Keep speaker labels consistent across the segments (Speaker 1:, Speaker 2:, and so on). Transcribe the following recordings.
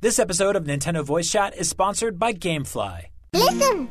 Speaker 1: This episode of Nintendo Voice Chat is sponsored by Gamefly.
Speaker 2: Listen.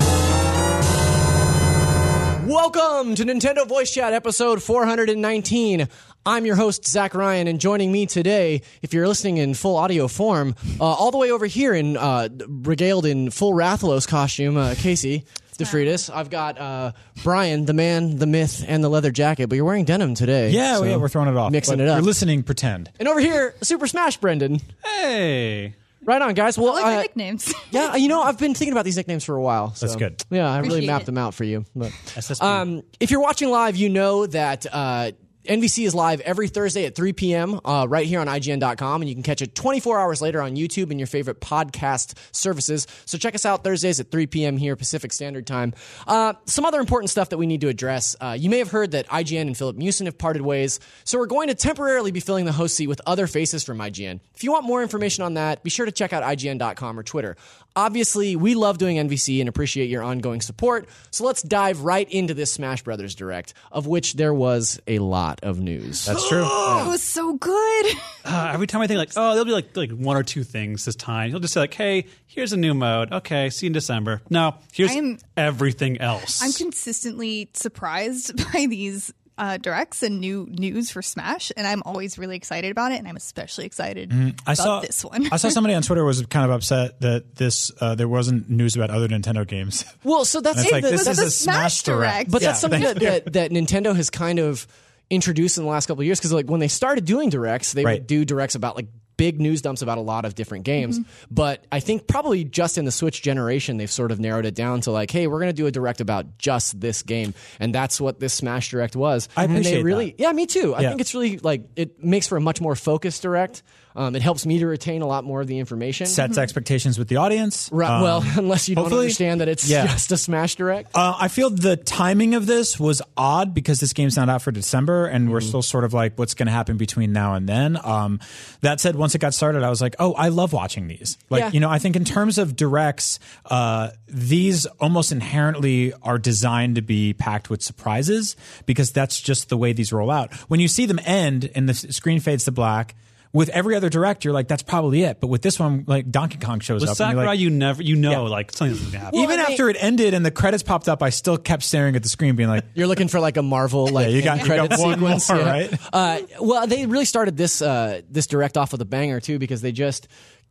Speaker 3: Welcome to Nintendo Voice Chat episode 419. I'm your host, Zach Ryan, and joining me today, if you're listening in full audio form, uh, all the way over here in uh, regaled in full Rathalos costume, uh, Casey DeFriedis. I've got uh, Brian, the man, the myth, and the leather jacket, but you're wearing denim today.
Speaker 4: Yeah,
Speaker 3: so-
Speaker 4: yeah, we're throwing it off.
Speaker 3: Mixing
Speaker 4: But
Speaker 3: it up.
Speaker 4: You're listening, pretend.
Speaker 3: And over here, Super Smash Brendan.
Speaker 4: Hey.
Speaker 3: Right on, guys. Well,
Speaker 5: I like the
Speaker 3: uh,
Speaker 5: nicknames.
Speaker 3: yeah, you know, I've been thinking about these nicknames for a while. so-
Speaker 4: That's good.
Speaker 3: Yeah, I really
Speaker 5: Appreciate
Speaker 3: mapped
Speaker 5: it.
Speaker 3: them out for you. But.
Speaker 4: SSP.
Speaker 3: Um, if you're watching live, you know that uh, NVC is live every Thursday at 3 p.m. Uh, right here on IGN.com, and you can catch it 24 hours later on YouTube and your favorite podcast services. So check us out Thursdays at 3 p.m. here Pacific Standard Time. Uh, some other important stuff that we need to address. Uh, you may have heard that IGN and Philip Mewson have parted ways, so we're going to temporarily be filling the host seat with other faces from IGN. If you want more information on that, be sure to check out IGN.com or Twitter. Obviously, we love doing NVC and appreciate your ongoing support. So let's dive right into this Smash Brothers Direct, of which there was a lot of news.
Speaker 4: That's true.
Speaker 5: it was so good.
Speaker 6: Uh, every time I think like, oh, there'll be like like one or two things this time. You'll just say like, hey, here's a new mode. Okay, see you in December. No, here's
Speaker 5: I am-
Speaker 6: everything else.
Speaker 5: I'm consistently surprised by these uh, directs and new news for Smash, and I'm always really excited about it, and I'm especially excited
Speaker 4: Mm-hmm. I
Speaker 5: about
Speaker 4: saw
Speaker 5: this one.
Speaker 4: I saw somebody on Twitter was kind of upset that this uh, there wasn't news about other Nintendo games.
Speaker 3: Well, so that's,
Speaker 4: And it's like
Speaker 3: that-
Speaker 4: this
Speaker 3: that-
Speaker 4: is
Speaker 5: the
Speaker 4: a Smash
Speaker 5: Smash Direct.
Speaker 4: Direct.
Speaker 3: But that's
Speaker 4: Yeah,
Speaker 3: something
Speaker 4: thank
Speaker 3: that, that, that Nintendo has kind of introduced in the last couple of years because like when they started doing directs, they would
Speaker 4: Right.
Speaker 3: do directs about like big news dumps about a lot of different games. But I think probably just in the Switch generation, they've sort of narrowed it down to like, hey, we're going to do a direct about just this game, and that's what this Smash Direct was.
Speaker 4: I
Speaker 3: and they
Speaker 4: appreciate
Speaker 3: really, yeah, me too. I
Speaker 4: Yeah.
Speaker 3: think it's really like it makes for a much more focused direct. Um, it helps me to retain a lot more of the information.
Speaker 4: Sets expectations with the audience.
Speaker 3: Right,
Speaker 4: Um,
Speaker 3: well, unless you don't
Speaker 4: hopefully-
Speaker 3: understand that it's
Speaker 4: Yeah.
Speaker 3: just a Smash Direct.
Speaker 4: Uh, I feel the timing of this was odd because this game's not out for December, and we're
Speaker 6: Mm-hmm.
Speaker 4: still sort of like, what's going to happen between now and then. Um, that said, once it got started, I was like, oh, I love watching these. Like,
Speaker 3: Yeah.
Speaker 4: you know, I think in terms of directs, uh, these almost inherently are designed to be packed with surprises because that's just the way these roll out. When you see them end and the s- screen fades to black. With every other direct, you're like, that's probably it. But with this one, like Donkey Kong shows
Speaker 6: With
Speaker 4: up. and you're
Speaker 6: Sakurai,
Speaker 4: like,
Speaker 6: you never, you know, like something's gonna happen.
Speaker 4: even
Speaker 3: I mean-
Speaker 4: after it ended and the credits popped up, I still kept staring at the screen, being like,
Speaker 3: You're looking for like a Marvel like
Speaker 4: you got-
Speaker 3: end
Speaker 4: you got
Speaker 3: credit
Speaker 4: one
Speaker 3: sequence,
Speaker 4: more,
Speaker 3: yeah.
Speaker 4: right?
Speaker 3: Uh, well, they really started this uh, this direct off with a banger too because they just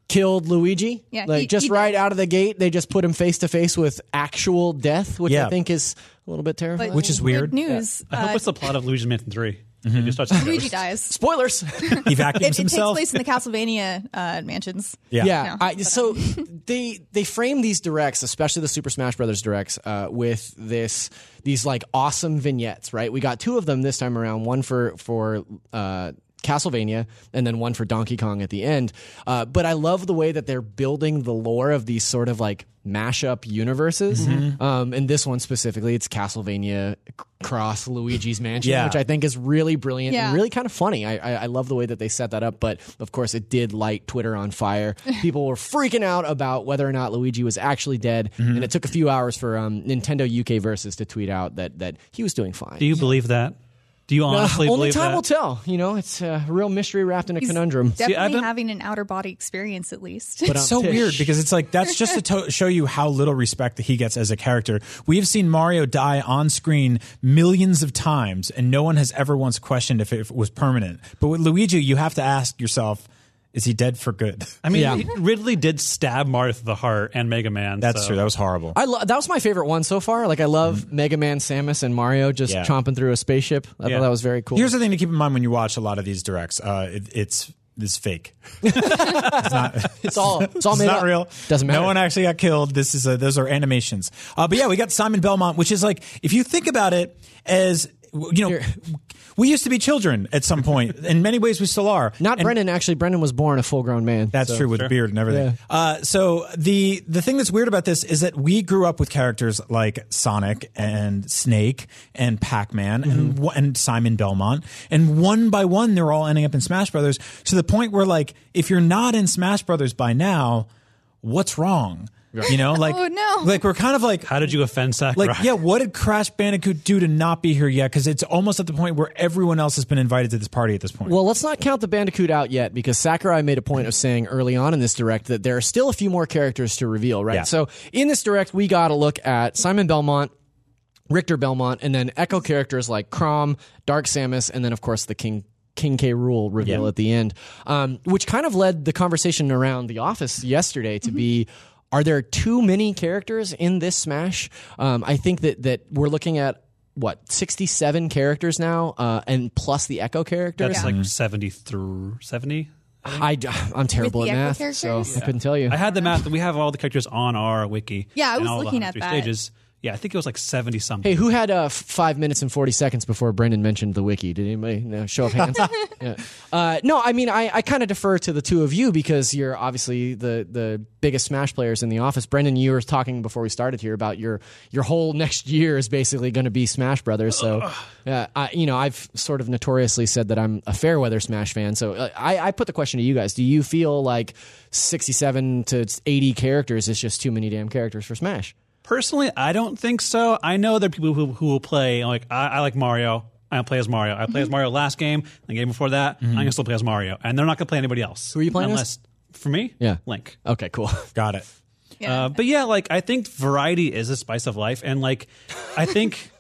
Speaker 3: killed Luigi.
Speaker 5: Yeah,
Speaker 3: like
Speaker 5: he-
Speaker 3: just
Speaker 5: he
Speaker 3: right
Speaker 5: died.
Speaker 3: out of the gate, they just put him face to face with actual death, which I
Speaker 4: Yeah.
Speaker 3: think is a little bit terrifying.
Speaker 4: Which is weird.
Speaker 5: Good news.
Speaker 6: I hope
Speaker 5: Uh,
Speaker 6: it's the plot of Luigi Mansion Three.
Speaker 4: Mm-hmm.
Speaker 6: He just starts to
Speaker 5: Luigi
Speaker 6: ghost.
Speaker 5: dies.
Speaker 3: spoilers.
Speaker 4: he
Speaker 5: It, it
Speaker 4: vacuums
Speaker 5: takes
Speaker 4: himself.
Speaker 5: place in the Castlevania uh, mansions.
Speaker 4: yeah.
Speaker 3: yeah.
Speaker 5: No,
Speaker 3: I, so they they frame these directs, especially the Super Smash Brothers directs, uh, with this these like awesome vignettes. Right, we got two of them this time around. One for for. Uh, Castlevania, and then one for Donkey Kong at the end. Uh, but I love the way that they're building the lore of these sort of like mashup universes.
Speaker 4: Mm-hmm.
Speaker 3: Um, and this one specifically, it's Castlevania c- cross Luigi's Mansion,
Speaker 4: Yeah.
Speaker 3: which I think is really brilliant and
Speaker 5: Yeah.
Speaker 3: really kind of funny. I, I, I love the way that they set that up, but of course, it did light Twitter on fire. People were freaking out about whether or not Luigi was actually dead,
Speaker 4: Mm-hmm.
Speaker 3: and it took a few hours for um, Nintendo UK Versus to tweet out that that he was doing fine.
Speaker 6: Do you believe that? Do you honestly
Speaker 3: Uh, only
Speaker 6: believe
Speaker 3: time
Speaker 6: that?
Speaker 3: will tell. You know, it's a real mystery wrapped in a conundrum. um,
Speaker 5: Definitely
Speaker 6: don't-
Speaker 5: having an outer body experience, at least.
Speaker 4: It's so weird because it's like that's just to, to show you how little respect that he gets as a character. We have seen Mario die on screen millions of times, and no one has ever once questioned if it, if it was permanent. But with Luigi, you have to ask yourself, is he dead for good?
Speaker 6: I mean,
Speaker 3: Yeah.
Speaker 6: he- Ridley did stab Mario through the heart and Mega Man.
Speaker 4: That's
Speaker 6: so-
Speaker 4: true. That was horrible.
Speaker 3: I lo- that was my favorite one so far. Like I love Mega Man, Samus, and Mario just
Speaker 4: Mm-hmm. Yeah.
Speaker 3: chomping through a spaceship. I
Speaker 6: Yeah.
Speaker 3: thought that was very cool.
Speaker 4: Here's the thing to keep in mind when you watch a lot of these directs: uh, it, it's it's fake.
Speaker 3: it's all it's all
Speaker 4: It's
Speaker 3: made
Speaker 4: not
Speaker 3: up.
Speaker 4: real.
Speaker 3: Doesn't matter.
Speaker 4: No one actually got killed. This is a, those are animations. Uh, but yeah, we got Simon Belmont, which is like if you think about it as you know, we used to be children at some point. In many ways, we still are.
Speaker 3: Not
Speaker 4: And
Speaker 3: Brendan. Actually, Brendan was born a full grown man.
Speaker 4: That's true with beard and everything. Uh, so the the thing that's weird about this is that we grew up with characters like Sonic and Snake and Pac Man and wh- and Simon Belmont, and one by one they're all ending up in Smash Brothers to the point where like if you're not in Smash Brothers by now. what's wrong? You know, like
Speaker 5: Oh, no.
Speaker 4: like we're kind of like
Speaker 6: How did you offend Sakurai?
Speaker 4: like yeah, what did Crash Bandicoot do to not be here yet? Because it's almost at the point where everyone else has been invited to this party at this point.
Speaker 3: Well, let's not count the Bandicoot out yet because Sakurai made a point of saying early on in this direct that there are still a few more characters to reveal, right?
Speaker 4: Yeah.
Speaker 3: So in this direct, we got a look at Simon Belmont, Richter Belmont, and then Echo characters like Crom, Dark Samus, and then of course the King. King K. Rule reveal at the end, um, which kind of led the conversation around the office yesterday to be:
Speaker 4: Mm-hmm.
Speaker 3: Are there too many characters in this Smash? Um, I think that that we're looking at what sixty-seven characters now, uh, and plus the Echo characters.
Speaker 6: That's
Speaker 4: Mm-hmm.
Speaker 6: like 70 through 70.
Speaker 3: I, d- I'm terrible
Speaker 5: With
Speaker 3: at
Speaker 5: the
Speaker 3: math,
Speaker 5: echo
Speaker 3: so
Speaker 5: characters?
Speaker 3: I couldn't tell you.
Speaker 6: I had the math. We have all the characters on our wiki.
Speaker 5: Yeah, I
Speaker 6: and
Speaker 5: was
Speaker 6: all the
Speaker 5: looking at
Speaker 6: 103
Speaker 5: that.
Speaker 6: Stages. Yeah, I think it was like 70 something.
Speaker 3: hey, who had uh, f- five minutes and 40 seconds before Brendan mentioned the wiki? Did anybody? No, show of hands. yeah. uh, no, I mean, I, I kind of defer to the two of you because you're obviously the, the biggest Smash players in the office. Brendan, you were talking before we started here about your, your whole next year is basically going to be Smash Brothers. So, uh, I, you know, I've sort of notoriously said that I'm a fair weather Smash fan. So uh, I, I put the question to you guys Do you feel like 67 to 80 characters is just too many damn characters for Smash?
Speaker 6: Personally, I don't think so. I know there are people who, who will play. Like I, I like Mario. I play as Mario. I
Speaker 3: Mm-hmm.
Speaker 6: play as Mario last game, the game before that. I'm gonna still play as Mario, and they're not gonna play anybody else. Who
Speaker 3: are you playing as?
Speaker 6: Unless for me,
Speaker 3: Yeah.
Speaker 6: Link.
Speaker 3: Okay, cool.
Speaker 4: Got it.
Speaker 5: Yeah.
Speaker 6: Uh, but yeah, like I think variety is the spice of life, and like I think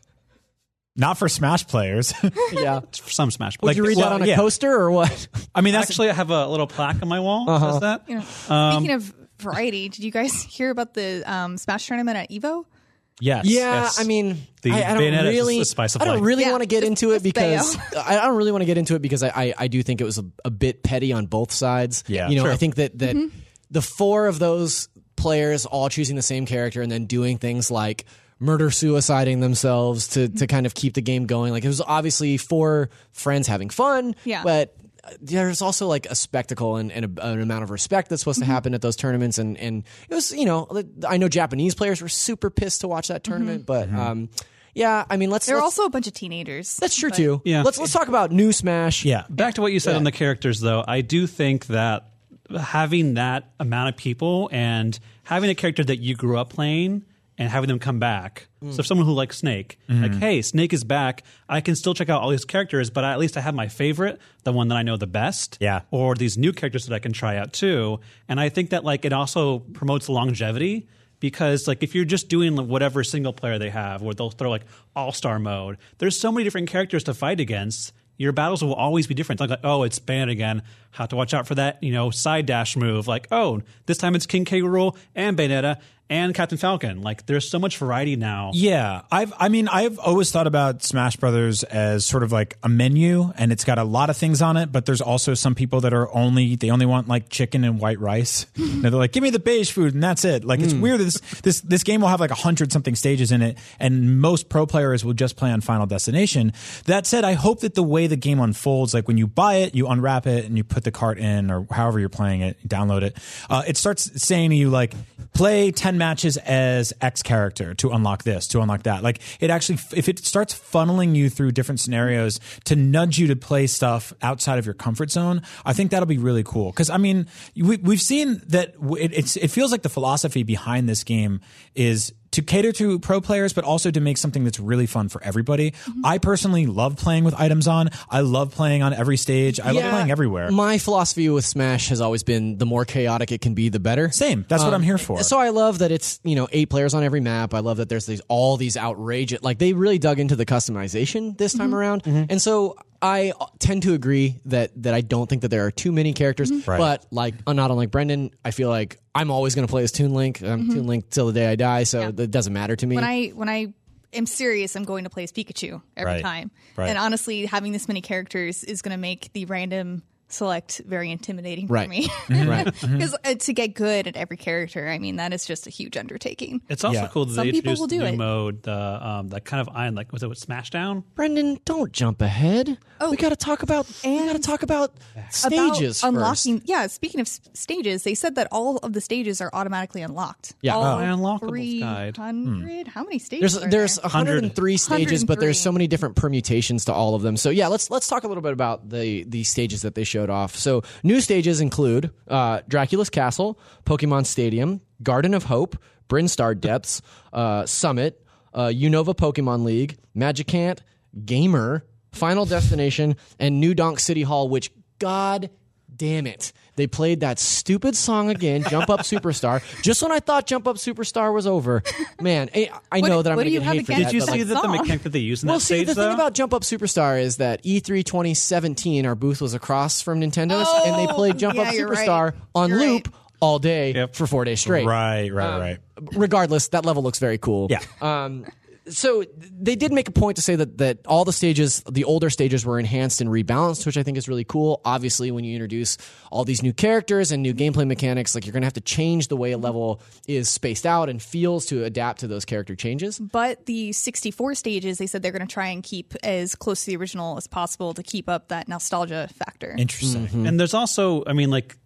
Speaker 4: Not for Smash players.
Speaker 3: yeah.
Speaker 6: for some Smash.
Speaker 3: Would you read that on a coaster or what?
Speaker 6: I mean, actually, I have a little plaque on my wall that
Speaker 3: Uh-huh.
Speaker 6: says that.
Speaker 5: You know,
Speaker 4: um,
Speaker 5: Speaking of variety, did you guys hear about the um, Smash tournament at Evo?
Speaker 6: Yes.
Speaker 3: Yeah,
Speaker 6: yes.
Speaker 3: I mean,
Speaker 6: The
Speaker 3: I, I
Speaker 6: Bayonetta
Speaker 3: don't
Speaker 6: is
Speaker 3: really,
Speaker 6: the spice of
Speaker 3: I don't
Speaker 6: life.
Speaker 3: really
Speaker 5: Yeah,
Speaker 3: want to get
Speaker 5: just-
Speaker 3: into it
Speaker 5: just
Speaker 3: because
Speaker 5: bail.
Speaker 3: I I don't really want to get into it because I, I, I do think it was a, a bit petty on both sides.
Speaker 4: Yeah,
Speaker 3: you know,
Speaker 4: sure.
Speaker 3: I think that that
Speaker 5: Mm-hmm.
Speaker 3: the four of those players all choosing the same character and then doing things like murder suiciding themselves to
Speaker 5: Mm-hmm.
Speaker 3: to kind of keep the game going. Like it was obviously four friends having fun,
Speaker 5: Yeah.
Speaker 3: but there's also like a spectacle and, and a, an amount of respect that's supposed to happen at those tournaments and and it was you know I know Japanese players were super pissed to watch that tournament but
Speaker 4: Mm-hmm.
Speaker 3: um yeah I mean let's,
Speaker 5: There are
Speaker 3: let's-
Speaker 5: also a bunch of teenagers.
Speaker 3: that's true too
Speaker 6: Yeah.
Speaker 3: let's let's talk about new Smash
Speaker 4: yeah.
Speaker 6: Back to what you said on the characters, though, I do think that having that amount of people and having a character that you grew up playing and having them come back. So, if someone who likes Snake, like, hey, Snake is back, I can still check out all these characters, but I, at least I have my favorite, the one that I know the best,
Speaker 4: Yeah.
Speaker 6: or these new characters that I can try out too. And I think that like it also promotes longevity because like if you're just doing like, whatever single player they have, where they'll throw like all star mode, there's so many different characters to fight against. Your battles will always be different. Like, like, oh, it's Ban again. Have to watch out for that, you know, side dash move. Like, oh, this time it's King K. Rule and Bayonetta and Captain Falcon. Like, there's so much variety now.
Speaker 4: Yeah, I've I mean I've always thought about Smash Brothers as sort of like a menu and it's got a lot of things on it, but there's also some people that are only they only want like chicken and white rice. and they're like give me the beige food and that's it. Like it's weird that this this this game will have like a 100 something stages in it and most pro players will just play on Final Destination. That said, I hope that the way the game unfolds like when you buy it, you unwrap it and you put the cart in or however you're playing it, download it. Uh, it starts saying to you like play 10 matches as X character to unlock this, to unlock that. Like it actually, if it starts funneling you through different scenarios to nudge you to play stuff outside of your comfort zone, I think that'll be really cool. Cause I mean, we, we've seen that w- it, it's, it feels like the philosophy behind this game is to cater to pro players, but also to make something that's really fun for everybody.
Speaker 3: Mm-hmm.
Speaker 4: I personally love playing with items on. I love playing on every stage. I love
Speaker 3: Yeah,
Speaker 4: playing everywhere.
Speaker 3: My philosophy with Smash has always been the more chaotic it can be, the better.
Speaker 4: Same. That's what I'm here for.
Speaker 3: So I love that Um, it's you know eight players on every map. I love that there's these all these outrageous like they really dug into the customization this
Speaker 5: Mm-hmm.
Speaker 3: time around, and so I tend to agree that that I don't think that there are too many characters.
Speaker 5: Mm-hmm.
Speaker 3: But like uh, not unlike Brendan, I feel like I'm always going to play as Toon Link. I'm Toon Link till the day I die, so it doesn't matter to me.
Speaker 5: Mm-hmm. when I when I am serious, I'm going to play as Pikachu every
Speaker 4: Right.
Speaker 5: time.
Speaker 4: Right.
Speaker 5: And honestly, having this many characters is going to make the random select very intimidating
Speaker 3: Right.
Speaker 5: for me.
Speaker 3: Right. Mm-hmm.
Speaker 5: Because to get good at every character, I mean, that is just a huge undertaking.
Speaker 6: It's also
Speaker 4: Yeah.
Speaker 6: cool that
Speaker 5: Some
Speaker 6: they
Speaker 5: people
Speaker 6: introduced
Speaker 5: will do
Speaker 6: the new
Speaker 5: it.
Speaker 6: mode, the um, that kind of iron, like was it with Smashdown?
Speaker 3: Brendan, don't jump ahead. we got to talk about we got to talk about
Speaker 5: Oh. About
Speaker 3: stages first.
Speaker 5: unlocking. Yeah, speaking of s- stages, they said that all of the stages are automatically unlocked.
Speaker 3: Yeah.
Speaker 5: all
Speaker 3: Oh.
Speaker 6: My unlockables guide.
Speaker 5: 300? How many stages?
Speaker 3: There's
Speaker 5: are
Speaker 3: there's
Speaker 5: there?
Speaker 3: 103 stages, but
Speaker 5: 103.
Speaker 3: there's so many different permutations to all of them. So yeah, let's let's talk a little bit about the the stages that they showed off. So new stages include uh, Dracula's Castle, Pokemon Stadium, Garden of Hope, Bryn Star Depths, uh, Summit, uh, Unova Pokemon League, Magicant, Gamer, Final Destination, and New Donk City Hall. Which God damn it. They played that stupid song again, Jump Up Superstar. Just when I thought Jump Up Superstar was over, man, I, I know that I'm
Speaker 5: what
Speaker 3: going
Speaker 5: do
Speaker 3: to
Speaker 5: you
Speaker 3: get
Speaker 5: have
Speaker 3: hate for
Speaker 5: against
Speaker 3: that.
Speaker 5: That
Speaker 6: Did you
Speaker 3: but,
Speaker 5: doesn't
Speaker 6: see that the
Speaker 5: song.
Speaker 6: mechanic that they use in
Speaker 3: well,
Speaker 6: that
Speaker 3: see,
Speaker 6: stage
Speaker 3: the
Speaker 6: though?
Speaker 3: thing about Jump Up Superstar is that E E3 2017, our booth was across from Nintendo's, and they
Speaker 5: Oh,
Speaker 3: played Jump
Speaker 5: yeah,
Speaker 3: Up
Speaker 5: you're right.
Speaker 3: Superstar on
Speaker 5: You're
Speaker 3: loop
Speaker 5: right.
Speaker 3: all day
Speaker 6: Yep.
Speaker 3: for four days straight.
Speaker 4: Right, right,
Speaker 3: Um,
Speaker 4: right.
Speaker 3: Regardless, that level looks very cool.
Speaker 4: Yeah.
Speaker 3: Um, so they did make a point to say that that all the stages, the older stages, were enhanced and rebalanced, which I think is really cool. Obviously, when you introduce all these new characters and new gameplay mechanics, like you're going to have to change the way a level is spaced out and feels to adapt to those character changes.
Speaker 5: But the 64 stages, they said they're going to try and keep as close to the original as possible to keep up that nostalgia factor.
Speaker 4: Interesting.
Speaker 5: Hmm.
Speaker 6: And there's also, I mean, like,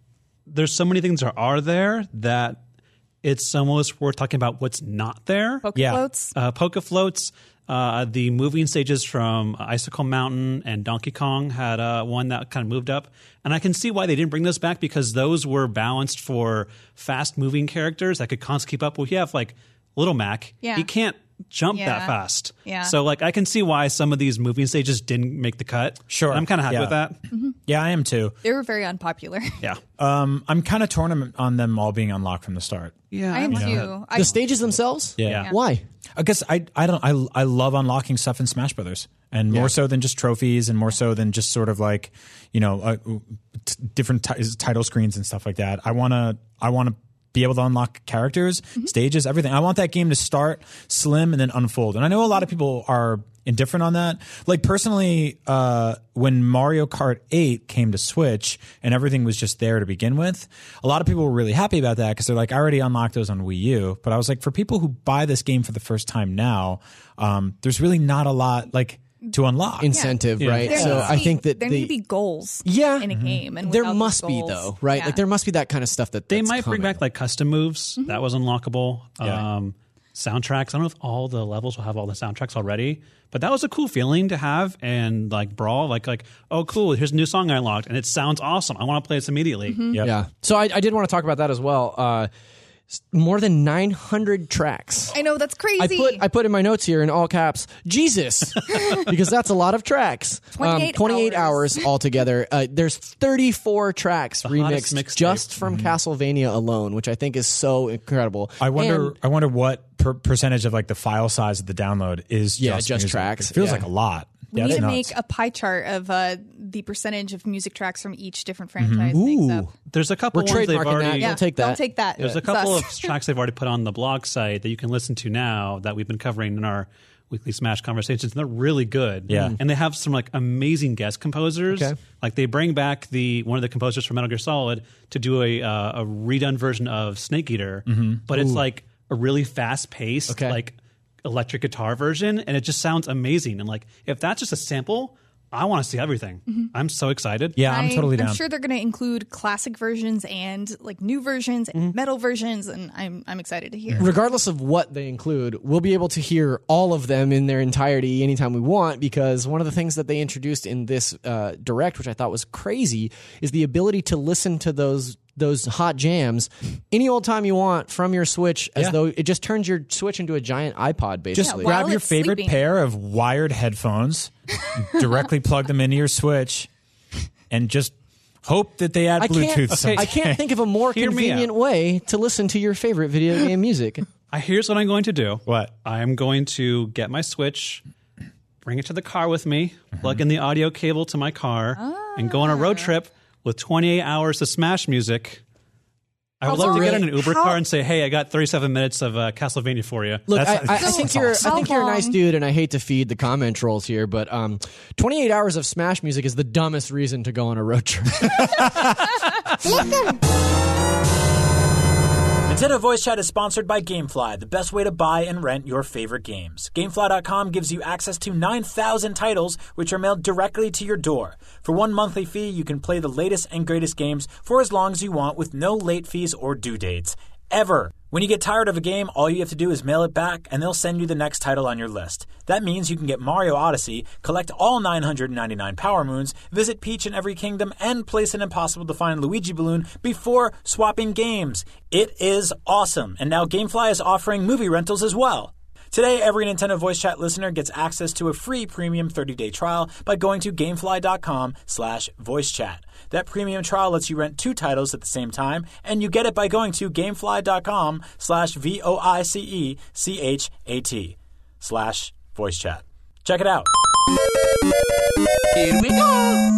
Speaker 6: there's so many things that are there that it's almost worth talking about what's not there.
Speaker 5: Poke
Speaker 4: Yeah.
Speaker 5: floats.
Speaker 6: Uh, Poke floats. Uh, the moving stages from Icicle Mountain and Donkey Kong had uh, one that kind of moved up, and I can see why they didn't bring those back because those were balanced for fast moving characters that could constantly keep up. Well, you have like Little Mac,
Speaker 5: Yeah.
Speaker 6: he can't jump that
Speaker 5: Yeah.
Speaker 6: fast.
Speaker 5: Yeah.
Speaker 6: So like I can see why some of these moving stages didn't make the cut.
Speaker 4: Sure.
Speaker 6: And I'm kind of happy
Speaker 4: Yeah.
Speaker 6: with that.
Speaker 4: Yeah, I am too.
Speaker 5: They were very unpopular.
Speaker 6: Yeah.
Speaker 4: Um, I'm kind of torn on- on them all being unlocked from the start.
Speaker 6: Yeah.
Speaker 5: I am too. I,
Speaker 3: the stages themselves,
Speaker 4: Yeah.
Speaker 3: Why?
Speaker 4: I guess I I don't I I love unlocking stuff in Smash Brothers, and more so than just trophies, and more so than just sort of like you know uh, t- different ti- title screens and stuff like that. I wanna I wanna be able to unlock characters, stages, everything. I want that game to start slim and then unfold. And I know a lot of people are indifferent on that. Like personally, uh, when Mario Kart 8 came to Switch and everything was just there to begin with, a lot of people were really happy about that because they're like, I already unlocked those on Wii U. But I was like, for people who buy this game for the first time now, um, there's really not a lot like to unlock.
Speaker 3: Incentive, right?
Speaker 5: there
Speaker 3: So
Speaker 5: needs to
Speaker 3: I
Speaker 5: be-
Speaker 3: think that
Speaker 5: there
Speaker 3: the,
Speaker 5: need to be goals
Speaker 3: Yeah. Mm-hmm.
Speaker 5: in a game. And
Speaker 3: there
Speaker 5: without those
Speaker 3: must be
Speaker 5: goals-
Speaker 3: though, right?
Speaker 5: Yeah.
Speaker 3: Like there must be that kind of stuff that
Speaker 6: They
Speaker 3: that's
Speaker 6: might bring
Speaker 3: coming.
Speaker 6: back like custom moves. That was unlockable. Um, soundtracks. I don't know if all the levels will have all the soundtracks already, but that was a cool feeling to have. And like Brawl, like like oh cool, here's a new song I unlocked, and it sounds awesome. I want to play this immediately.
Speaker 4: Yep.
Speaker 3: Yeah. So I, I did want to talk about that as well. Uh, s- more than 900 tracks.
Speaker 5: I know that's crazy.
Speaker 3: I put I put in my notes here in all caps, Jesus, because that's a lot of tracks. Um,
Speaker 5: 28
Speaker 3: hours,
Speaker 5: hours.
Speaker 3: altogether. Uh, there's 34 tracks remixed
Speaker 6: hottest mixtape.
Speaker 3: just from Castlevania alone, which I think is so incredible.
Speaker 4: I wonder.
Speaker 3: And
Speaker 4: I wonder what per- percentage of like the file size of the download is.
Speaker 3: Yeah,
Speaker 4: just,
Speaker 3: just
Speaker 4: music.
Speaker 3: tracks.
Speaker 4: It feels
Speaker 3: Yeah.
Speaker 4: like a lot.
Speaker 5: we
Speaker 4: That's
Speaker 5: need to
Speaker 4: nuts.
Speaker 5: make a pie chart of uh, the percentage of music tracks from each different
Speaker 3: Mm-hmm.
Speaker 5: franchise. makes up.
Speaker 6: There's a couple
Speaker 3: We're
Speaker 6: ones they've
Speaker 3: trademarking that.
Speaker 6: already.
Speaker 3: Yeah. Don't take that.
Speaker 5: Don't take that.
Speaker 6: There's a
Speaker 5: It's
Speaker 6: couple
Speaker 5: us.
Speaker 6: of tracks they've already put on the blog site that you can listen to now that we've been covering in our weekly Smash conversations. And they're really good.
Speaker 4: Yeah. Mm.
Speaker 6: And they have some like amazing guest composers.
Speaker 3: Okay.
Speaker 6: Like they bring back the one of the composers from Metal Gear Solid to do a uh, a redone version of Snake Eater, but it's like a really fast paced
Speaker 3: Okay.
Speaker 6: like electric guitar version, and it just sounds amazing. And like if that's just a sample, I want to see everything. I'm so excited.
Speaker 4: yeah, I'm, totally down.
Speaker 5: I'm sure they're going to include classic versions and like new versions and
Speaker 3: Mm-hmm.
Speaker 5: metal versions, and I'm I'm excited to hear.
Speaker 3: regardless of what they include, we'll be able to hear all of them in their entirety anytime we want. Because one of the things that they introduced in this uh, direct, which I thought was crazy, is the ability to listen to those those hot jams any old time you want from your Switch, as
Speaker 4: Yeah.
Speaker 3: though it just turns your Switch into a giant
Speaker 4: Just
Speaker 3: iPod, basically.
Speaker 5: Yeah,
Speaker 4: grab
Speaker 5: while
Speaker 4: your
Speaker 5: it's
Speaker 4: favorite
Speaker 5: sleeping.
Speaker 4: pair of wired headphones, directly plug them into your Switch, and just hope that they add
Speaker 3: I
Speaker 4: Bluetooth.
Speaker 3: can't,
Speaker 4: someday.
Speaker 3: I can't think of a more
Speaker 6: Hear me
Speaker 3: convenient
Speaker 6: out.
Speaker 3: way to listen to your favorite video game music.
Speaker 6: I, here's what I'm going to do.
Speaker 4: What?
Speaker 6: I'm going to get my Switch, bring it to the car with me, plug in the audio cable to my car, and go on a
Speaker 5: Ah.
Speaker 6: road trip with 28 hours of Smash music. I would
Speaker 5: How
Speaker 6: love to get in
Speaker 5: long-
Speaker 6: an Uber
Speaker 5: how-
Speaker 6: car and say, "Hey, I got 37 minutes of uh, Castlevania for you."
Speaker 3: Look, I,
Speaker 4: That's-
Speaker 3: I, I
Speaker 4: So
Speaker 3: think you're I think
Speaker 5: how
Speaker 3: you're a nice
Speaker 5: long-
Speaker 3: dude, and I hate to feed the comment trolls here, but um, 28 hours of Smash music is the dumbest reason to go on a road trip.
Speaker 1: Nintendo Voice Chat is sponsored by GameFly, the best way to buy and rent your favorite games. GameFly.com gives you access to 9,000 titles, which are mailed directly to your door. For one monthly fee, you can play the latest and greatest games for as long as you want with no late fees or due dates. Ever. When you get tired of a game, all you have to do is mail it back, and they'll send you the next title on your list. That means you can get Mario Odyssey, collect all 999 Power Moons, visit Peach in every kingdom, and place an impossible to find Luigi balloon before swapping games. It is awesome, and now Gamefly is offering movie rentals as well. Today, every Nintendo Voice Chat listener gets access to a free premium 30-day trial by going to gamefly.com slash voicechat. That premium trial lets you rent two titles at the same time, and you get it by going to gamefly.com slash E V-O-I-C-E-C-H-A-T slash voicechat. Check it out.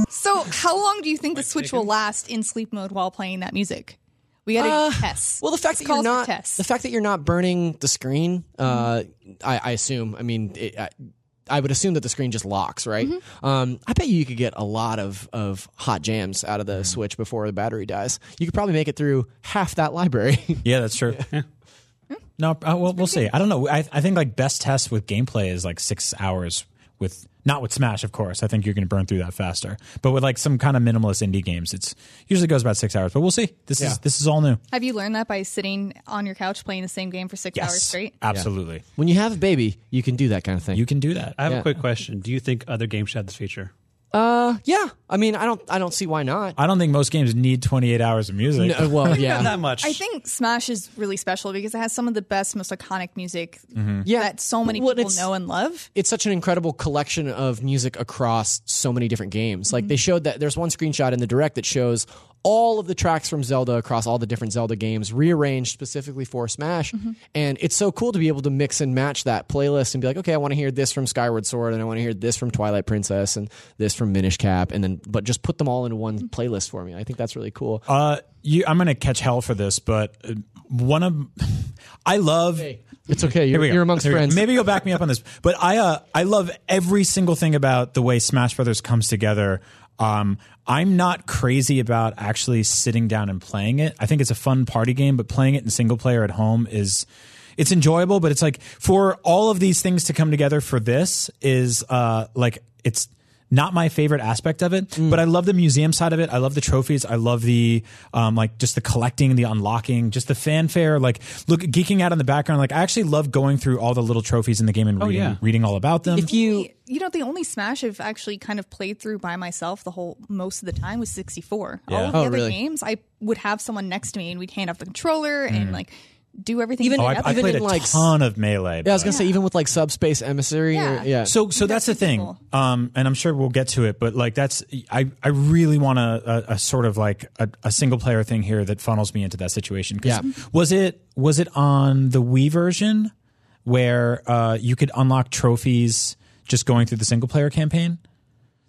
Speaker 5: So, how long do you think the Switch will last in sleep mode while playing that music? We got
Speaker 3: Uh,
Speaker 5: a test.
Speaker 3: Well, the fact
Speaker 5: It's
Speaker 3: that you're
Speaker 5: called for
Speaker 3: not
Speaker 5: tests.
Speaker 3: the fact that you're not burning the screen, uh, I, I assume. I mean, it, I, I would assume that the screen just locks, right?
Speaker 5: Mm-hmm.
Speaker 3: Um, I bet you you could get a lot of of hot jams out of the Switch before the battery dies. You could probably make it through half that library.
Speaker 4: Yeah, that's true. No, uh, well, we'll see. I don't know. I, I think like best test with gameplay is like six hours with not with Smash, of course. I think you're going to burn through that faster. But with like some kind of minimalist indie games, it's usually goes about six hours. But we'll see. This
Speaker 3: Yeah.
Speaker 4: is this is all new.
Speaker 5: Have you learned that by sitting on your couch playing the same game for six hours straight?
Speaker 4: absolutely.
Speaker 3: when you have a baby, you can do that kind of thing.
Speaker 4: You can do that.
Speaker 6: I have
Speaker 3: Yeah.
Speaker 6: a quick question. Do you think other games should have this feature?
Speaker 3: uh, yeah. I mean, I don't I don't see why not.
Speaker 4: I don't think most games need 28 hours of music.
Speaker 3: No, Uh, well,
Speaker 6: Not
Speaker 3: yeah,
Speaker 6: that much.
Speaker 5: I think Smash is really special because it has some of the best, most iconic music
Speaker 3: yeah.
Speaker 5: that so many
Speaker 3: Well,
Speaker 5: people
Speaker 3: it's-
Speaker 5: know and love.
Speaker 3: it's such an incredible collection of music across so many different games. Like
Speaker 4: Mm-hmm.
Speaker 3: they showed that there's one screenshot in the direct that shows all of the tracks from Zelda across all the different Zelda games rearranged specifically for Smash.
Speaker 4: Mm-hmm.
Speaker 3: And it's so cool to be able to mix and match that playlist and be like, okay, I want to hear this from Skyward Sword and I want to hear this from Twilight Princess and this from Minish Cap and then but just put them all in
Speaker 4: Mm-hmm.
Speaker 3: one playlist for me. I think that's really cool.
Speaker 4: Uh, you, I'm going to catch hell for this, but uh, one of I love.
Speaker 3: It's okay.
Speaker 4: Mm-hmm. Here
Speaker 3: You're,
Speaker 4: we go.
Speaker 3: you're amongst
Speaker 4: Here we go.
Speaker 3: friends.
Speaker 4: Maybe you'll back me up on this, but I uh, I love every single thing about the way Smash Brothers comes together. Um, I'm not crazy about actually sitting down and playing it. I think it's a fun party game, but playing it in single player at home is it's enjoyable. But it's like for all of these things to come together for this is uh, like it's not my favorite aspect of it, but I love the museum side of it. I love the trophies. I love the um, like just the collecting, the unlocking, just the fanfare. Like look, geeking out in the background. Like I actually love going through all the little trophies in the game and reading,
Speaker 6: yeah.
Speaker 4: reading all about them.
Speaker 3: Oh, if you
Speaker 5: The- You know, the only Smash I've actually kind of played through by myself the whole most of the time was 64. All of the
Speaker 3: Oh,
Speaker 5: other
Speaker 3: really?
Speaker 5: games, I would have someone next to me and we'd hand off the controller and like do everything.
Speaker 3: Mm. Even-
Speaker 4: oh,
Speaker 5: together.
Speaker 4: I, I
Speaker 3: even
Speaker 4: played
Speaker 3: in,
Speaker 4: a
Speaker 3: like,
Speaker 4: ton of melee.
Speaker 3: yeah, I was
Speaker 4: but-
Speaker 3: gonna say even with like subspace emissary, yeah.
Speaker 5: Yeah.
Speaker 3: Or, yeah.
Speaker 4: So, so that's the thing,
Speaker 5: cool.
Speaker 4: um, and I'm sure we'll get to it. But like, that's I, I really want a, a, a sort of like a, a single player thing here that funnels me into that situation. 'Cause
Speaker 3: Yeah.
Speaker 4: Was it was it on the Wii version where uh, you could unlock trophies just going through the single player campaign?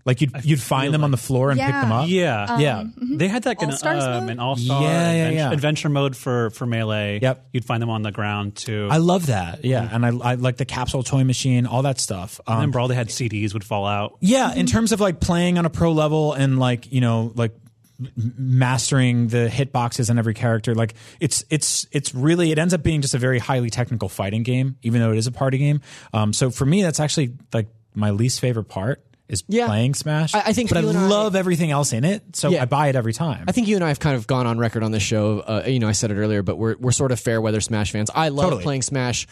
Speaker 4: Like you'd you'd find them on the floor and pick
Speaker 5: Yeah.
Speaker 4: them up.
Speaker 6: Yeah, mm-hmm.
Speaker 4: yeah.
Speaker 6: They had that
Speaker 5: mm-hmm.
Speaker 6: in
Speaker 5: All-Stars
Speaker 6: um,
Speaker 5: mode?
Speaker 6: an all star
Speaker 4: Yeah, yeah,
Speaker 6: adventure,
Speaker 4: yeah.
Speaker 6: adventure mode for for melee.
Speaker 4: Yep.
Speaker 6: you'd find them on the ground too.
Speaker 4: I love that. Yeah, and I, I like the capsule toy machine, all that stuff. Um,
Speaker 6: Remember, all they had CDs would fall out.
Speaker 4: Yeah,
Speaker 3: Mm-hmm.
Speaker 4: in terms of like playing on a pro level and like you know like m- mastering the hitboxes on every character, like it's it's it's really it ends up being just a very highly technical fighting game, even though it is a party game. Um, so for me, that's actually like my least favorite part is
Speaker 3: Yeah.
Speaker 4: playing Smash.
Speaker 3: I- I think
Speaker 4: but I
Speaker 3: you and I-
Speaker 4: love everything else in it, so
Speaker 3: Yeah.
Speaker 4: I buy it every time.
Speaker 3: I think you and I have kind of gone on record on this show. Uh, you know, I said it earlier, but we're we're sort of fair weather Smash fans. I love
Speaker 4: Totally.
Speaker 3: playing Smash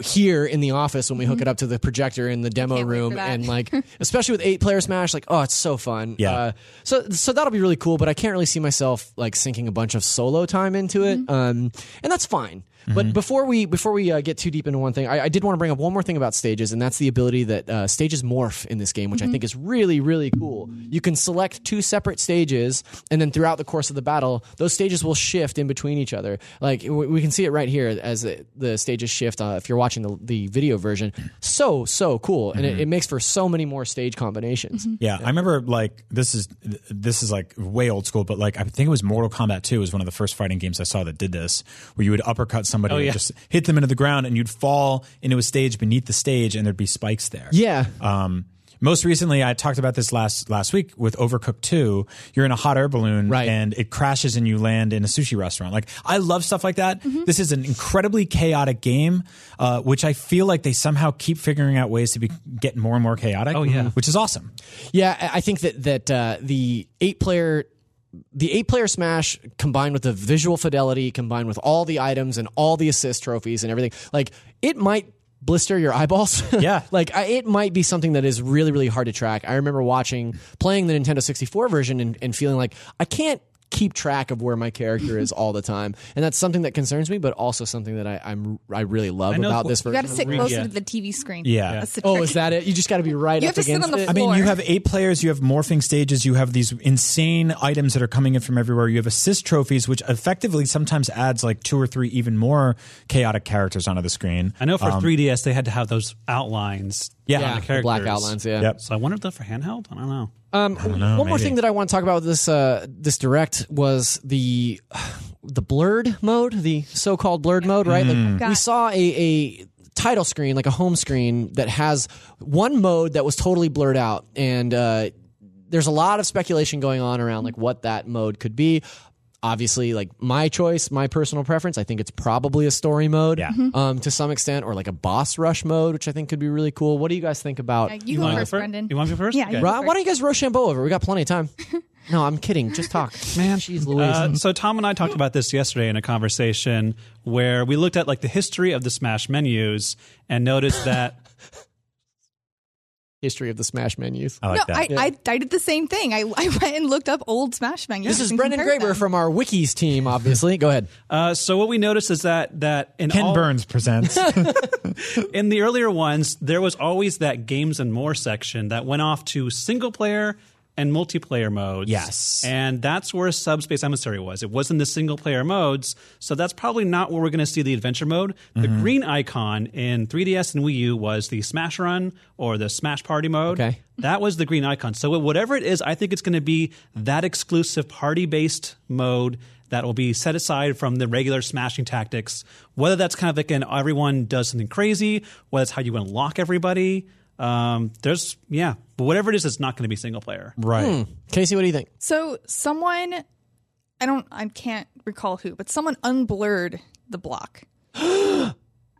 Speaker 3: here in the office when we hook it up to the projector in the demo
Speaker 5: Mm-hmm. Can't wait for
Speaker 3: room,
Speaker 5: that.
Speaker 3: and like especially with eight player Smash, like oh, it's so fun.
Speaker 4: Yeah.
Speaker 3: Uh, so so that'll be really cool, but I can't really see myself like sinking a bunch of solo time into it, um, and that's fine. But before we before we uh, get too deep into one thing, I, I did want to bring up one more thing about stages, and that's the ability that uh, stages morph in this game, which I think is really really cool. You can select two separate stages, and then throughout the course of the battle, those stages will shift in between each other. Like we, we can see it right here as the, the stages shift. Uh, if you're watching the, the video version, so so cool, and it, it makes for so many more stage combinations.
Speaker 4: Yeah, I remember like this is this is like way old school, but like I think it was Mortal Kombat 2 was one of the first fighting games I saw that did this, where you would uppercut somebody and
Speaker 6: yeah.
Speaker 4: just hit them into the ground, and you'd fall into a stage beneath the stage, and there'd be spikes there.
Speaker 3: Yeah.
Speaker 4: Um, most recently, I talked about this last last week with Overcooked Two. You're in a hot air balloon,
Speaker 3: Right.
Speaker 4: And it crashes, and you land in a sushi restaurant. Like I love stuff like that. This is an incredibly chaotic game, uh, which I feel like they somehow keep figuring out ways to be get more and more chaotic. Oh
Speaker 6: yeah.
Speaker 4: which is awesome.
Speaker 3: Yeah, I I think that that uh, the eight player the eight player smash combined with the visual fidelity combined with all the items and all the assist trophies and everything like it might blister your eyeballs
Speaker 4: Yeah.
Speaker 3: like I, it might be something that is really really hard to track i remember watching playing the nintendo 64 version and, and feeling like i can't keep track of where my character is all the time and that's something that concerns me but also something that I, i'm i really love
Speaker 6: know-
Speaker 3: about this
Speaker 5: You
Speaker 3: version
Speaker 5: got to sit
Speaker 6: Yeah.
Speaker 5: closer to the TV screen.
Speaker 4: Yeah.
Speaker 5: That's the
Speaker 3: oh
Speaker 5: trick.
Speaker 3: is that it you just got to be right
Speaker 5: You
Speaker 3: up
Speaker 5: have to sit
Speaker 3: against
Speaker 5: on the
Speaker 3: it
Speaker 4: I mean,
Speaker 5: floor.
Speaker 4: you have eight players, you have morphing stages, you have these insane items that are coming in from everywhere. You have assist trophies, which effectively sometimes adds like two or three even more chaotic characters onto the screen.
Speaker 6: I know for
Speaker 4: Um,
Speaker 6: 3DS they had to have those outlines.
Speaker 4: Yeah.
Speaker 6: on
Speaker 4: Yeah,
Speaker 6: the
Speaker 3: the
Speaker 6: characters.
Speaker 3: black outlines yeah
Speaker 4: Yep.
Speaker 6: So I wonder if they're for handheld. I don't know.
Speaker 3: Um, one more
Speaker 4: Oh, maybe.
Speaker 3: thing that I want to talk about with this uh, this direct was the the blurred mode, the so called blurred mode, right?
Speaker 4: Mm.
Speaker 3: Like we
Speaker 5: God.
Speaker 3: saw a, a title screen, like a home screen, that has one mode that was totally blurred out, and uh, there's a lot of speculation going on around like what that mode could be. Obviously, like my choice, my personal preference, I think it's probably a story mode
Speaker 4: Yeah.
Speaker 3: um, to some extent, or like a boss rush mode, which I think could be really cool. What do you guys think about?
Speaker 5: Yeah, you, go
Speaker 6: wanna go
Speaker 5: first,
Speaker 6: first?
Speaker 5: Brendan.
Speaker 6: You wanna go first?
Speaker 5: Yeah.
Speaker 6: Okay.
Speaker 5: you go
Speaker 3: Rob, why
Speaker 5: first.
Speaker 3: don't you guys Rochambeau over? We got plenty of time. No, I'm kidding. Just talk. Man, she's Louise.
Speaker 6: Uh, so Tom and I talked about this yesterday in a conversation where we looked at like the history of the Smash menus and noticed that
Speaker 3: History of the Smash menus.
Speaker 4: I like
Speaker 5: no,
Speaker 4: that.
Speaker 5: I, I I did the same thing. I I went and looked up old Smash menus.
Speaker 3: This is
Speaker 5: and
Speaker 3: Brendan
Speaker 5: compared
Speaker 3: Graber
Speaker 5: them.
Speaker 3: from our Wikis team, obviously. Go ahead.
Speaker 6: Uh, so what we noticed is that that in
Speaker 4: Ken
Speaker 6: all,
Speaker 4: Burns presents.
Speaker 6: in the earlier ones there was always that games and more section that went off to single player and multiplayer modes.
Speaker 4: Yes.
Speaker 6: and that's where Subspace Emissary was. It was in the single player modes, so that's probably not where we're going to see the adventure mode. The green icon in 3DS and Wii U was the Smash Run or the Smash Party mode.
Speaker 3: Okay.
Speaker 6: That was the green icon. So whatever it is, I think it's going to be that exclusive party-based mode that will be set aside from the regular smashing tactics. Whether that's kind of like an everyone does something crazy, whether that's how you unlock everybody. Um, there's yeah, but whatever it is, it's not going to be single player.
Speaker 4: right.
Speaker 3: Casey, what do you think?
Speaker 5: So someone, I don't, I can't recall who, but someone unblurred the block.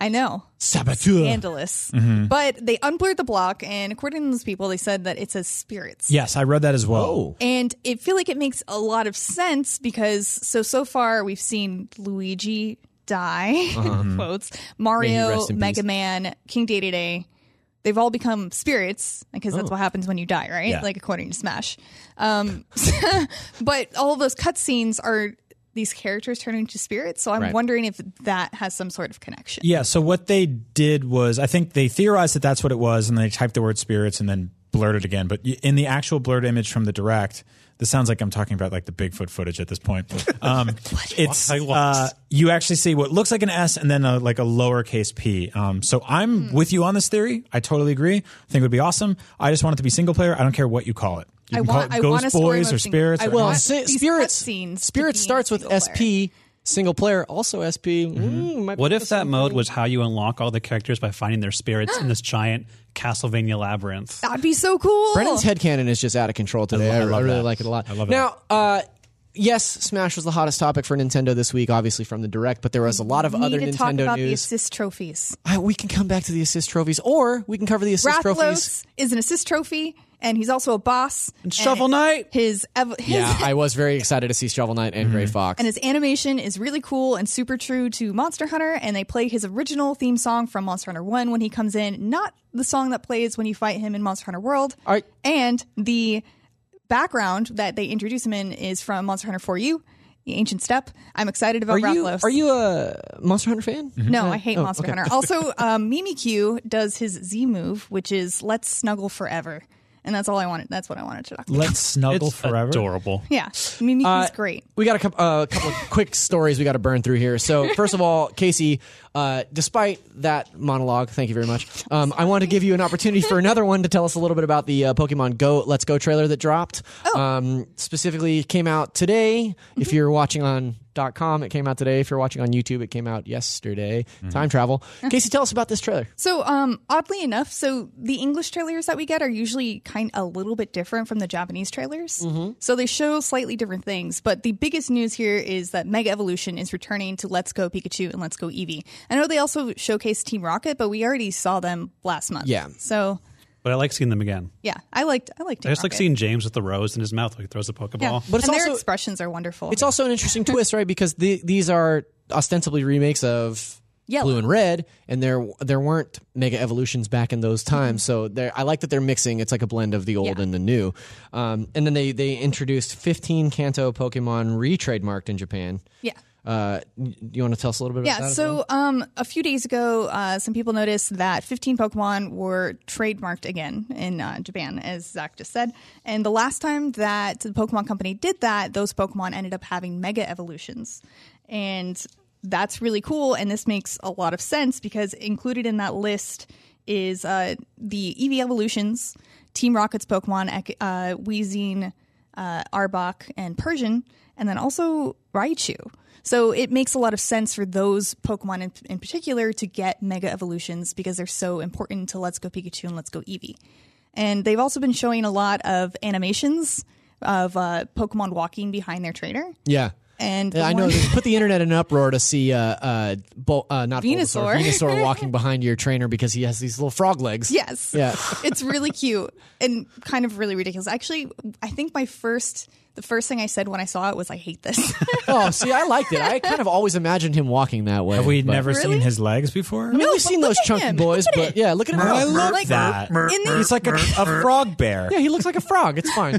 Speaker 5: I know,
Speaker 3: Saboteur.
Speaker 5: scandalous.
Speaker 3: Mm-hmm.
Speaker 5: But they unblurred the block, and according to those people, they said that it says spirits.
Speaker 4: Yes, I read that as well.
Speaker 3: Oh.
Speaker 5: And it feel like it makes a lot of sense because so so far we've seen Luigi die quotes
Speaker 3: Uh-huh. May he
Speaker 5: Mario
Speaker 3: rest in
Speaker 5: Mega
Speaker 3: peace.
Speaker 5: Man King Day Day they've all become spirits because
Speaker 3: Oh.
Speaker 5: that's what happens when you die right
Speaker 4: Yeah.
Speaker 5: like according to Smash um, but all of those cutscenes are these characters turning into spirits so I'm
Speaker 3: Right.
Speaker 5: wondering if that has some sort of connection
Speaker 4: Yeah. So what they did was, I think they theorized that that's what it was, and they typed the word spirits and then blurred it again. But y- in the actual blurred image from the direct, this sounds like I'm talking about like the Bigfoot footage at this point. Um, it's uh, you actually see what looks like an S and then a, like a lowercase p. Um, so I'm
Speaker 5: Hmm.
Speaker 4: with you on this theory. I totally agree. I think it would be awesome. I just want it to be single player. I don't care what you call it. You
Speaker 5: I
Speaker 4: can
Speaker 5: want-
Speaker 4: call
Speaker 5: I
Speaker 4: it
Speaker 5: want a
Speaker 4: Ghost
Speaker 5: story
Speaker 4: Boys
Speaker 5: mode
Speaker 4: or
Speaker 5: thing.
Speaker 4: Spirits.
Speaker 5: I
Speaker 4: or
Speaker 5: want-
Speaker 3: Well,
Speaker 5: What?
Speaker 3: si-
Speaker 5: These
Speaker 3: spirits.
Speaker 5: cutscenes to
Speaker 3: Spirits
Speaker 5: be
Speaker 3: starts with
Speaker 5: single
Speaker 3: SP, single player, also SP. Mm, might be
Speaker 6: What
Speaker 3: the
Speaker 6: if that
Speaker 3: same
Speaker 6: mode
Speaker 3: thing.
Speaker 6: was how you unlock all the characters by finding their spirits in this giant Castlevania labyrinth?
Speaker 5: that'd be so cool
Speaker 3: Brennan's headcanon is just out of control today. I,
Speaker 4: I love
Speaker 3: I really
Speaker 4: that.
Speaker 3: like it a lot.
Speaker 4: I love it.
Speaker 3: Now, uh, yes, Smash was the hottest topic for Nintendo this week, obviously from the direct, but there was a lot of
Speaker 5: we need
Speaker 3: other
Speaker 5: to
Speaker 3: Nintendo
Speaker 5: talk about the
Speaker 3: news.
Speaker 5: assist trophies
Speaker 3: I- we can come back to the assist trophies, or we can cover the assist trophies.
Speaker 5: Rathlos is an assist trophy, and he's also a boss. And
Speaker 6: Shovel Knight?
Speaker 5: His, ev- his
Speaker 3: Yeah, I was very excited to see Shovel Knight and Gray Fox.
Speaker 5: and his animation is really cool and super true to Monster Hunter. And they play his original theme song from Monster Hunter One when he comes in, not the song that plays when you fight him in Monster Hunter World.
Speaker 3: All right.
Speaker 5: And the background that they introduce him in is from Monster Hunter For You, the Ancient Step. I'm excited about
Speaker 3: are you
Speaker 5: Rathlos.
Speaker 3: are you a Monster Hunter fan?
Speaker 5: No, I hate Monster Hunter. Also, um, Mimikyu does his Z move, which is let's snuggle forever, and that's all I wanted. That's what I wanted to talk about.
Speaker 4: Let's snuggle
Speaker 6: It's
Speaker 4: forever.
Speaker 6: adorable.
Speaker 5: Yeah, Mimikyu's great.
Speaker 3: Uh, We got a couple, uh, couple of quick stories we got to burn through here. So first of all, Casey, uh, despite that monologue, thank you very much. Um, I want to give you an opportunity for another one to tell us a little bit about the uh, Pokemon Go Let's Go trailer that dropped.
Speaker 5: Oh.
Speaker 3: Um, specifically, came out today.
Speaker 5: Mm-hmm.
Speaker 3: If you're watching on .com, it came out today. If you're watching on YouTube, it came out yesterday. Time travel. Casey, tell us about this trailer.
Speaker 5: So, um, oddly enough, so the English trailers that we get are usually kind a little bit different from the Japanese trailers. So they show slightly different things. But the biggest news here is that Mega Evolution is returning to Let's Go Pikachu and Let's Go Eevee. I know they also showcased Team Rocket, but we already saw them last month.
Speaker 3: Yeah.
Speaker 5: So
Speaker 6: But I like seeing them again.
Speaker 5: Yeah, I liked. I liked.
Speaker 6: I just like
Speaker 5: Rocket.
Speaker 6: seeing James with the rose in his mouth when he throws a
Speaker 5: Yeah,
Speaker 6: Pokeball.
Speaker 3: But it's
Speaker 5: and their
Speaker 3: also-
Speaker 5: expressions are wonderful.
Speaker 3: It's also an interesting twist, right? Because the, these are ostensibly remakes of
Speaker 5: Yellow.
Speaker 3: Blue and Red, and there there weren't mega evolutions back in those times. So there, I like that they're mixing. It's like a blend of the old
Speaker 5: Mm-hmm. Yeah.
Speaker 3: and the new. Um, and then they they introduced 15 Kanto Pokemon re-trademarked in Japan.
Speaker 5: yeah.
Speaker 3: Uh, y- you want to tell us a little bit about
Speaker 5: Yeah,
Speaker 3: that? as well?
Speaker 5: so um, a few days ago, uh, some people noticed that 15 Pokemon were trademarked again in uh, Japan, as Zach just said. And the last time that the Pokemon Company did that, those Pokemon ended up having mega evolutions. And that's really cool. And this makes a lot of sense because included in that list is uh, the EV evolutions, Team Rocket's Pokemon, Ek- uh, Weezing, uh, Arbok, and Persian, and then also Raichu. So it makes a lot of sense for those Pokemon in, in particular to get mega evolutions because they're so important to Let's Go Pikachu and Let's Go Eevee. And they've also been showing a lot of animations of uh, Pokemon walking behind their trainer.
Speaker 3: yeah.
Speaker 5: And
Speaker 3: Yeah,
Speaker 5: the
Speaker 3: I know.
Speaker 5: one-
Speaker 3: They put the internet in an uproar to see uh, uh, Bul- uh, not Bulbasaur,
Speaker 5: Venusaur.
Speaker 3: Venusaur walking behind your trainer because he has these little frog legs.
Speaker 5: Yes.
Speaker 3: Yeah.
Speaker 5: it's really cute and kind of really ridiculous. Actually, I think my first, the first thing I said when I saw it was, I hate this.
Speaker 3: Oh, see, I liked it. I kind of always imagined him walking that way.
Speaker 4: Have we
Speaker 3: but-
Speaker 4: never
Speaker 5: Really?
Speaker 4: seen his legs before?
Speaker 3: I mean, we've
Speaker 5: but
Speaker 3: seen
Speaker 5: look
Speaker 3: those
Speaker 5: at
Speaker 3: chunky
Speaker 5: him.
Speaker 3: boys,
Speaker 5: Look at
Speaker 3: but
Speaker 5: it.
Speaker 3: yeah, look at him.
Speaker 4: I
Speaker 3: now.
Speaker 4: love
Speaker 5: Like,
Speaker 4: that.
Speaker 5: in the-
Speaker 4: He's like a, a frog bear.
Speaker 3: Yeah, he looks like a frog. It's fine.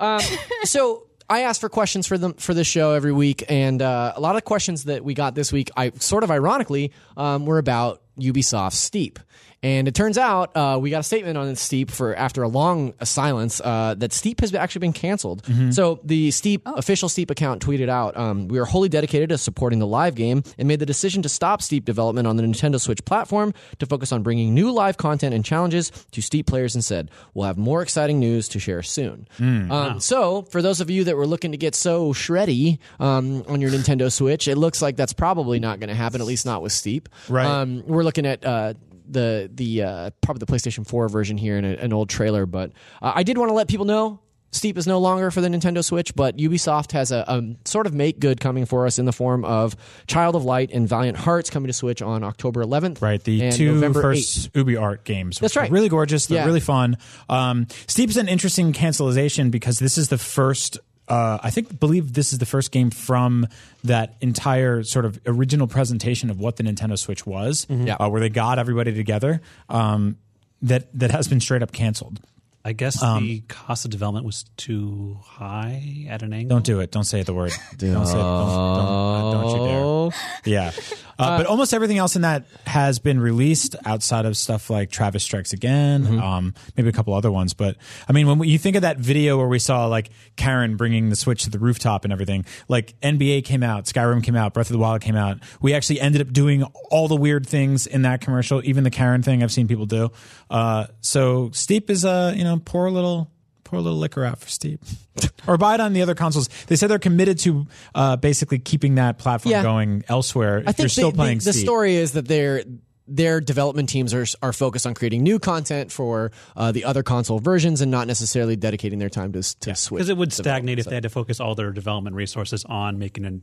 Speaker 3: um, so I asked for questions for them for this show every week, and uh, a lot of questions that we got this week, I sort of ironically, um, were about Ubisoft Steep. And it turns out uh, we got a statement on Steep for after a long silence uh, that Steep has actually been canceled.
Speaker 4: Mm-hmm.
Speaker 3: So the Steep
Speaker 5: Oh.
Speaker 3: official Steep account tweeted out, um, "We are wholly dedicated to supporting the live game and made the decision to stop Steep development on the Nintendo Switch platform to focus on bringing new live content and challenges to Steep players instead. We'll have more exciting news to share soon." um, So for those of you that were looking to get so shreddy um, on your Nintendo Switch, it looks like that's probably not going to happen. At least not with Steep.
Speaker 4: Right.
Speaker 3: Um, we're looking at. Uh, the the uh, probably the PlayStation 4 version here in a, an old trailer, but uh, I did want to let people know Steep is no longer for the Nintendo Switch, but Ubisoft has a, a sort of make good coming for us in the form of Child of Light and Valiant Hearts coming to Switch on October 11th.
Speaker 4: Right, the
Speaker 3: and
Speaker 4: two
Speaker 3: November
Speaker 4: first Ubi Art games. Which
Speaker 3: That's right.
Speaker 4: Are really gorgeous. They're
Speaker 3: Yeah.
Speaker 4: really fun. Um, Steep's an interesting cancelization because this is the first. Uh, I think believe this is the first game from that entire sort of original presentation of what the Nintendo Switch was,
Speaker 3: Mm-hmm. Yeah.
Speaker 4: uh, where they got everybody together. Um, that that has been straight up canceled.
Speaker 6: I guess
Speaker 4: Um,
Speaker 6: the cost of development was too high at an angle.
Speaker 4: Don't do it. Don't say the word. Don't say it. Don't, don't, uh, don't you dare.
Speaker 3: 8th.
Speaker 4: Yeah. Uh, but almost everything else in that has been released outside of stuff like Travis Strikes Again, um, maybe a couple other ones. But I mean, when we, you think of that video where we saw like Karen bringing the Switch to the rooftop and everything, like NBA came out, Skyrim came out, Breath of the Wild came out. We actually ended up doing all the weird things in that commercial, even the Karen thing I've seen people do. Uh, so Steep is a, you know, poor little pour a little liquor out for Steep, or buy it on the other consoles. They said they're committed to uh, basically keeping that platform
Speaker 3: Yeah.
Speaker 4: going elsewhere. If
Speaker 3: I think
Speaker 4: you're still
Speaker 3: the,
Speaker 4: playing
Speaker 3: the, the
Speaker 4: Steep.
Speaker 3: story is that their their development teams are are focused on creating new content for uh, the other console versions and not necessarily dedicating their time to, s- to Switch.
Speaker 6: Because it would stagnate
Speaker 3: development.
Speaker 6: if they had to focus all their development resources on making a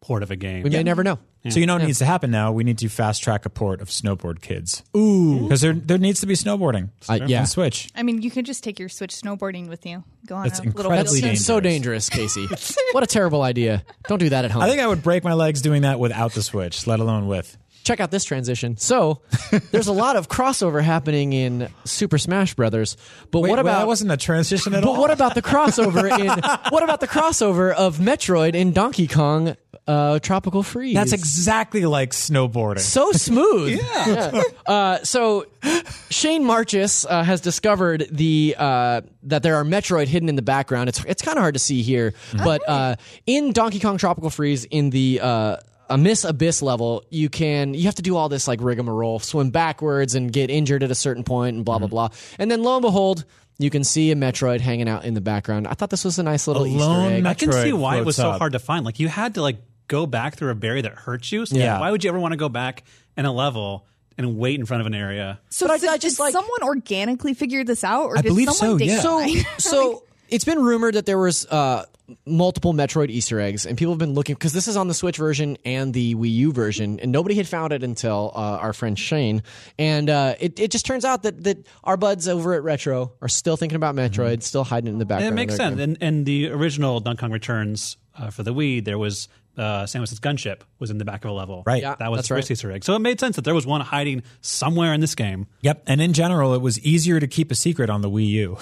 Speaker 6: port of a game.
Speaker 3: We may never know.
Speaker 4: So you know what needs to happen now? We need to fast track a port of snowboard kids. Ooh, because there there needs to be snowboarding.
Speaker 3: Uh, yeah.
Speaker 4: on Switch.
Speaker 5: I mean, you could just take your Switch snowboarding with you. Go on
Speaker 4: That's
Speaker 5: a little
Speaker 4: incredibly
Speaker 5: wheel-
Speaker 3: That seems so dangerous, Casey. what a terrible idea. Don't do that at home.
Speaker 4: I think I would break my legs doing that without the Switch, let alone with.
Speaker 3: Check out this transition. So, there's a lot of crossover happening in Super Smash Brothers, but
Speaker 4: Wait,
Speaker 3: what
Speaker 4: well,
Speaker 3: about
Speaker 4: that? Wasn't a transition at
Speaker 3: But
Speaker 4: all.
Speaker 3: what about the crossover in what about the crossover of Metroid and Donkey Kong uh, Tropical Freeze?
Speaker 4: That's exactly like snowboarding.
Speaker 3: so smooth. yeah. Uh, so Shane Marchis uh, has discovered the uh, that there are Metroid hidden in the background. It's it's kind of hard to see here, but uh, in Donkey Kong Tropical Freeze, in the uh, Abyss Abyss level, you can you have to do all this like rigmarole, swim backwards and get injured at a certain point, and blah blah blah. And then lo and behold. You can see a Metroid hanging out in the background. I thought this was a nice little
Speaker 4: lone
Speaker 3: Easter egg.
Speaker 4: Metroid
Speaker 6: I can see why it
Speaker 4: floats
Speaker 6: was so
Speaker 4: up.
Speaker 6: hard to find. Like you had to like go back through a barrier that hurts you. So like,
Speaker 4: Yeah.
Speaker 6: why would you ever want to go back in a level and wait in front of an area?
Speaker 5: So
Speaker 3: But I-
Speaker 5: did,
Speaker 3: I just
Speaker 5: did
Speaker 3: like-
Speaker 5: someone organically figure this out, or
Speaker 4: I
Speaker 5: did
Speaker 4: believe so,
Speaker 5: someone dig
Speaker 4: yeah.
Speaker 5: it?
Speaker 3: So,
Speaker 5: Like,
Speaker 3: so it's been rumored that there was uh, multiple Metroid Easter eggs, and people have been looking because this is on the Switch version and the Wii U version, and nobody had found it until uh, our friend Shane. And uh, it, it just turns out that, that our buds over at Retro are still thinking about Metroid, still hiding it in the
Speaker 6: And
Speaker 3: background.
Speaker 6: Mm-hmm. it makes
Speaker 3: of their
Speaker 6: sense.
Speaker 3: game.
Speaker 6: And, and the original Donkey Kong Returns uh, for the Wii, there was uh, Samus's gunship was in the back of a level.
Speaker 4: Right. Yeah,
Speaker 6: that was
Speaker 3: that's
Speaker 6: the first
Speaker 3: right.
Speaker 6: Easter egg. So it made sense that there was one hiding somewhere in this game.
Speaker 4: Yep. And in general, it was easier to keep a secret on the Wii U.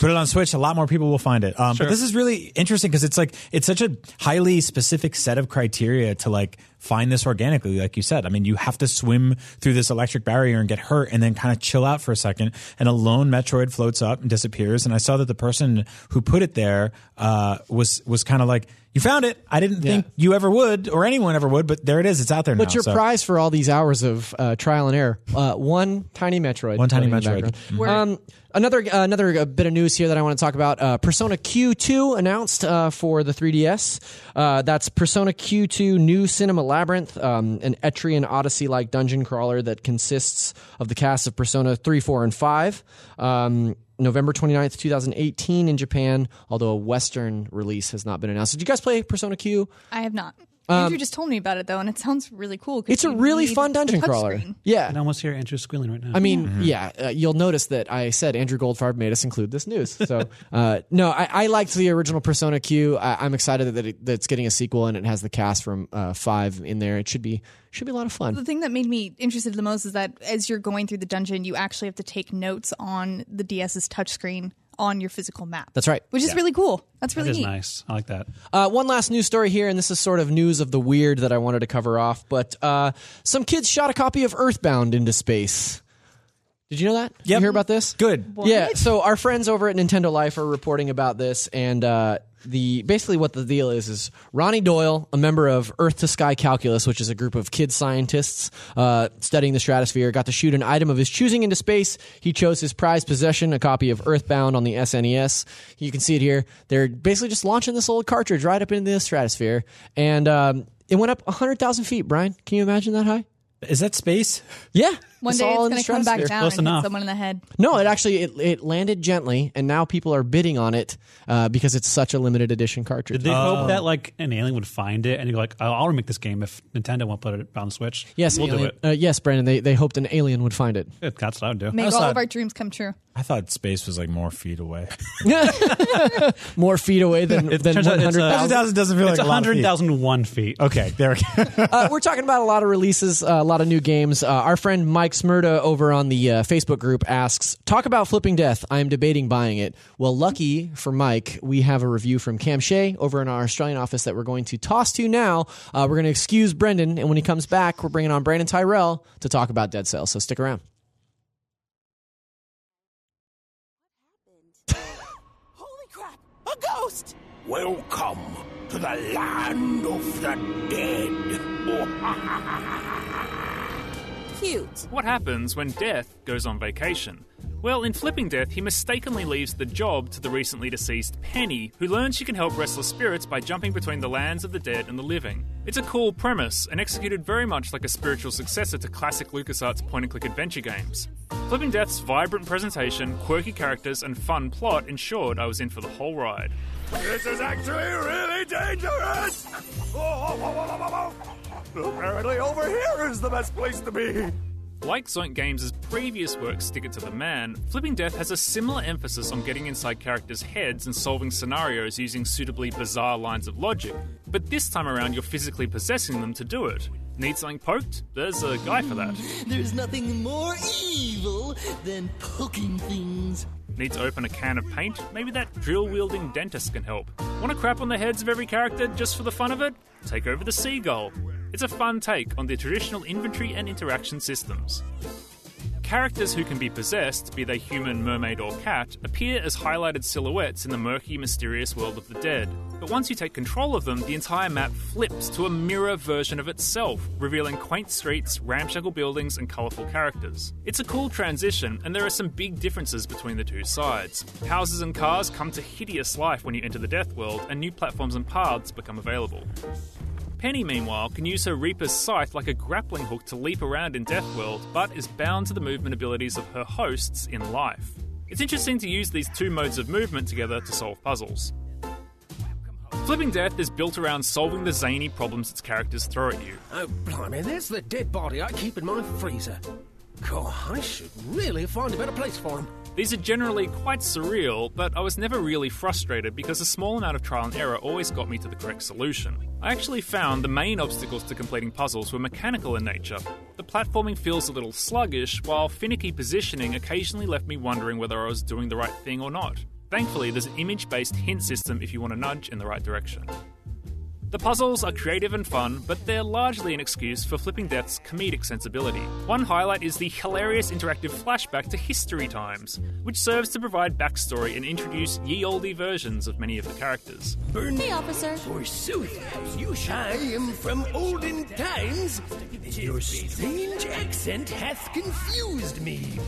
Speaker 4: Put it on Switch, a lot more people will find it. Um, But this is really interesting because it's like it's such a highly specific set of criteria to like find this organically, like you said. I mean, you have to swim through this electric barrier and get hurt, and then kind of chill out for a second. And a lone Metroid floats up and disappears. And I saw that the person who put it there uh, was was kind of like. You found it. I didn't think you ever would, or anyone ever would, but there it is. It's out there now.
Speaker 3: What's your
Speaker 4: So-
Speaker 3: prize for all these hours of uh, trial and error? Uh, one tiny Metroid.
Speaker 4: One tiny
Speaker 3: floating in the
Speaker 4: Metroid. Mm-hmm.
Speaker 3: background. Um, another uh, another uh, bit of news here that I want to talk about. Uh, Persona Q2 announced uh, for the 3DS. Uh, that's Persona Q2 New Cinema Labyrinth, um, an Etrian Odyssey like dungeon crawler that consists of the cast of Persona 3, 4, and 5. Um, November 29th, 2018 in Japan, although a Western release has not been announced. Did you guys play Persona Q?
Speaker 5: I have not. Andrew just told me about it though, and it sounds really cool. 'cause
Speaker 3: Um, It's a
Speaker 5: you
Speaker 3: really
Speaker 5: need
Speaker 3: fun
Speaker 5: the
Speaker 3: dungeon
Speaker 5: touch
Speaker 3: crawler.
Speaker 5: screen.
Speaker 3: Yeah.
Speaker 6: And I almost hear Andrew squealing right now.
Speaker 3: I mean, yeah, uh, you'll notice that I said Andrew Goldfarb made us include this news. So, uh, no, I, I liked the original Persona Q. I, I'm excited that, it, that it's getting a sequel and it has the cast from uh, Five in there. It should be should be a lot of fun.
Speaker 5: The thing that made me interested the most is that as you're going through the dungeon, you actually have to take notes on the DS's touchscreen on your physical map.
Speaker 3: That's right.
Speaker 5: Which is really cool. That's really
Speaker 6: that is
Speaker 5: neat.
Speaker 6: nice. I like that.
Speaker 3: Uh, one last news story here, and this is sort of news of the weird that I wanted to cover off. But uh, some kids shot a copy of Earthbound into space. Did you know that? Did You
Speaker 4: Yep.
Speaker 3: hear about this?
Speaker 4: Good.
Speaker 3: Yeah, so our friends over at Nintendo Life are reporting about this, and uh, the basically what the deal is is Ronnie Doyle, a member of Earth to Sky Calculus, which is a group of kid scientists uh, studying the stratosphere, got to shoot an item of his choosing into space. He chose his prized possession, a copy of Earthbound on the SNES. You can see it here. They're basically just launching this old cartridge right up into the stratosphere, and um, it went up hundred thousand feet. Brian, can you imagine that high?
Speaker 4: Is that space?
Speaker 3: Yeah,
Speaker 5: One
Speaker 3: it's
Speaker 5: day it's
Speaker 3: all in
Speaker 5: going to
Speaker 3: the
Speaker 5: come back
Speaker 3: stratosphere.
Speaker 5: down and
Speaker 6: Close
Speaker 5: hit
Speaker 6: enough.
Speaker 5: someone in the head.
Speaker 3: No, it actually it, it landed gently, and now people are bidding on it uh, because it's such a limited edition cartridge. Uh,
Speaker 6: Did they
Speaker 4: Uh,
Speaker 6: hope that like an alien would find it and go like, "I'll, I'll remake this game if Nintendo won't put it on the Switch"?
Speaker 3: yes,
Speaker 6: we'll
Speaker 3: alien-
Speaker 6: do
Speaker 3: Uh, yes, Brandon. They they hoped an alien would find it.
Speaker 6: it. That's what I would do.
Speaker 5: Make
Speaker 4: That's
Speaker 5: all
Speaker 4: not-
Speaker 5: of our dreams come true.
Speaker 4: I thought space was like more feet away.
Speaker 3: More feet away than
Speaker 6: It
Speaker 3: than
Speaker 6: turns out
Speaker 3: one
Speaker 6: it's,
Speaker 3: hundred
Speaker 6: uh,
Speaker 4: 100,000
Speaker 3: thousand.
Speaker 4: doesn't feel
Speaker 6: it's
Speaker 4: like a lot of feet.
Speaker 6: 100,001 feet.
Speaker 4: Okay, there we go.
Speaker 3: Uh, we're talking about a lot of releases, uh, a lot of new games. Uh, our friend Mike Smyrda over on the uh, Facebook group asks, "Talk about flipping death. I am debating buying it." Well, lucky for Mike, we have a review from Cam Shea over in our Australian office that we're going to toss to now. Uh, we're going to excuse Brendan, and when he comes back, we're bringing on Brandon Tyrell to talk about Dead Cells. So stick around.
Speaker 2: Holy crap! A ghost!
Speaker 7: Welcome to the land of the dead.
Speaker 2: Cute.
Speaker 8: What happens when Death goes on vacation? Well, in Flipping Death, he mistakenly leaves the job to the recently deceased Penny, who learns she can help restless spirits by jumping between the lands of the dead and the living. It's a cool premise, and executed very much like a spiritual successor to classic LucasArts point and click adventure games. Flipping Death's vibrant presentation, quirky characters, and fun plot ensured I was in for the whole ride.
Speaker 7: This is actually really dangerous! Apparently, over here is the best place to be.
Speaker 8: Like Zonk Games' previous work, Stick It to the Man, Flipping Death has a similar emphasis on getting inside characters' heads and solving scenarios using suitably bizarre lines of logic, but this time around you're physically possessing them to do it. Need something poked? There's a guy for that.
Speaker 9: There's nothing more evil than poking things.
Speaker 8: Need to open a can of paint? Maybe that drill wielding dentist can help. Want to crap on the heads of every character just for the fun of it? Take over the seagull. It's a fun take on the traditional inventory and interaction systems. Characters who can be possessed, be they human, mermaid, or cat, appear as highlighted silhouettes in the murky, mysterious world of the dead. But once you take control of them, the entire map flips to a mirror version of itself, revealing quaint streets, ramshackle buildings, and colourful characters. It's a cool transition, and there are some big differences between the two sides. Houses and cars come to hideous life when you enter the death world, and new platforms and paths become available. Penny, meanwhile, can use her Reaper's scythe like a grappling hook to leap around in Deathworld, but is bound to the movement abilities of her hosts in life. It's interesting to use these two modes of movement together to solve puzzles. Flipping Death is built around solving the zany problems its characters throw at you.
Speaker 7: Oh, blimey, there's the dead body I keep in my freezer. God, I should really find a better place for him.
Speaker 8: These are generally quite surreal, but I was never really frustrated because a small amount of trial and error always got me to the correct solution. I actually found the main obstacles to completing puzzles were mechanical in nature. The platforming feels a little sluggish, while finicky positioning occasionally left me wondering whether I was doing the right thing or not. Thankfully, there's an image based hint system if you want to nudge in the right direction. The puzzles are creative and fun, but they're largely an excuse for Flipping Death's comedic sensibility. One highlight is the hilarious interactive flashback to history times, which serves to provide backstory and introduce ye olde versions of many of the characters.
Speaker 10: Hey, officer.
Speaker 7: Forsooth, you shall. I am from olden times. Your strange accent hath confused me.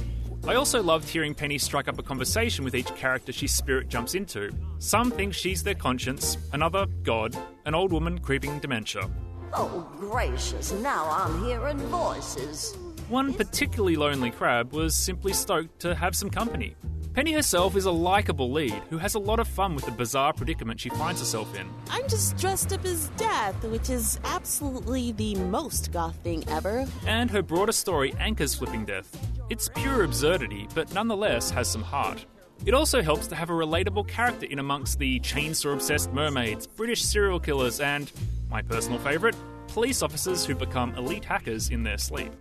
Speaker 8: I also loved hearing Penny strike up a conversation with each character she spirit jumps into. Some think she's their conscience, another, God, an old woman creeping dementia.
Speaker 10: Oh, gracious. Now I'm hearing voices.
Speaker 8: One particularly lonely crab was simply stoked to have some company. Penny herself is a likable lead who has a lot of fun with the bizarre predicament she finds herself in.
Speaker 11: I'm just dressed up as Death, which is absolutely the most goth thing ever.
Speaker 8: And her broader story anchors Flipping Death. It's pure absurdity, but nonetheless has some heart. It also helps to have a relatable character in amongst the chainsaw obsessed mermaids, British serial killers, and, my personal favourite, police officers who become elite hackers in their sleep.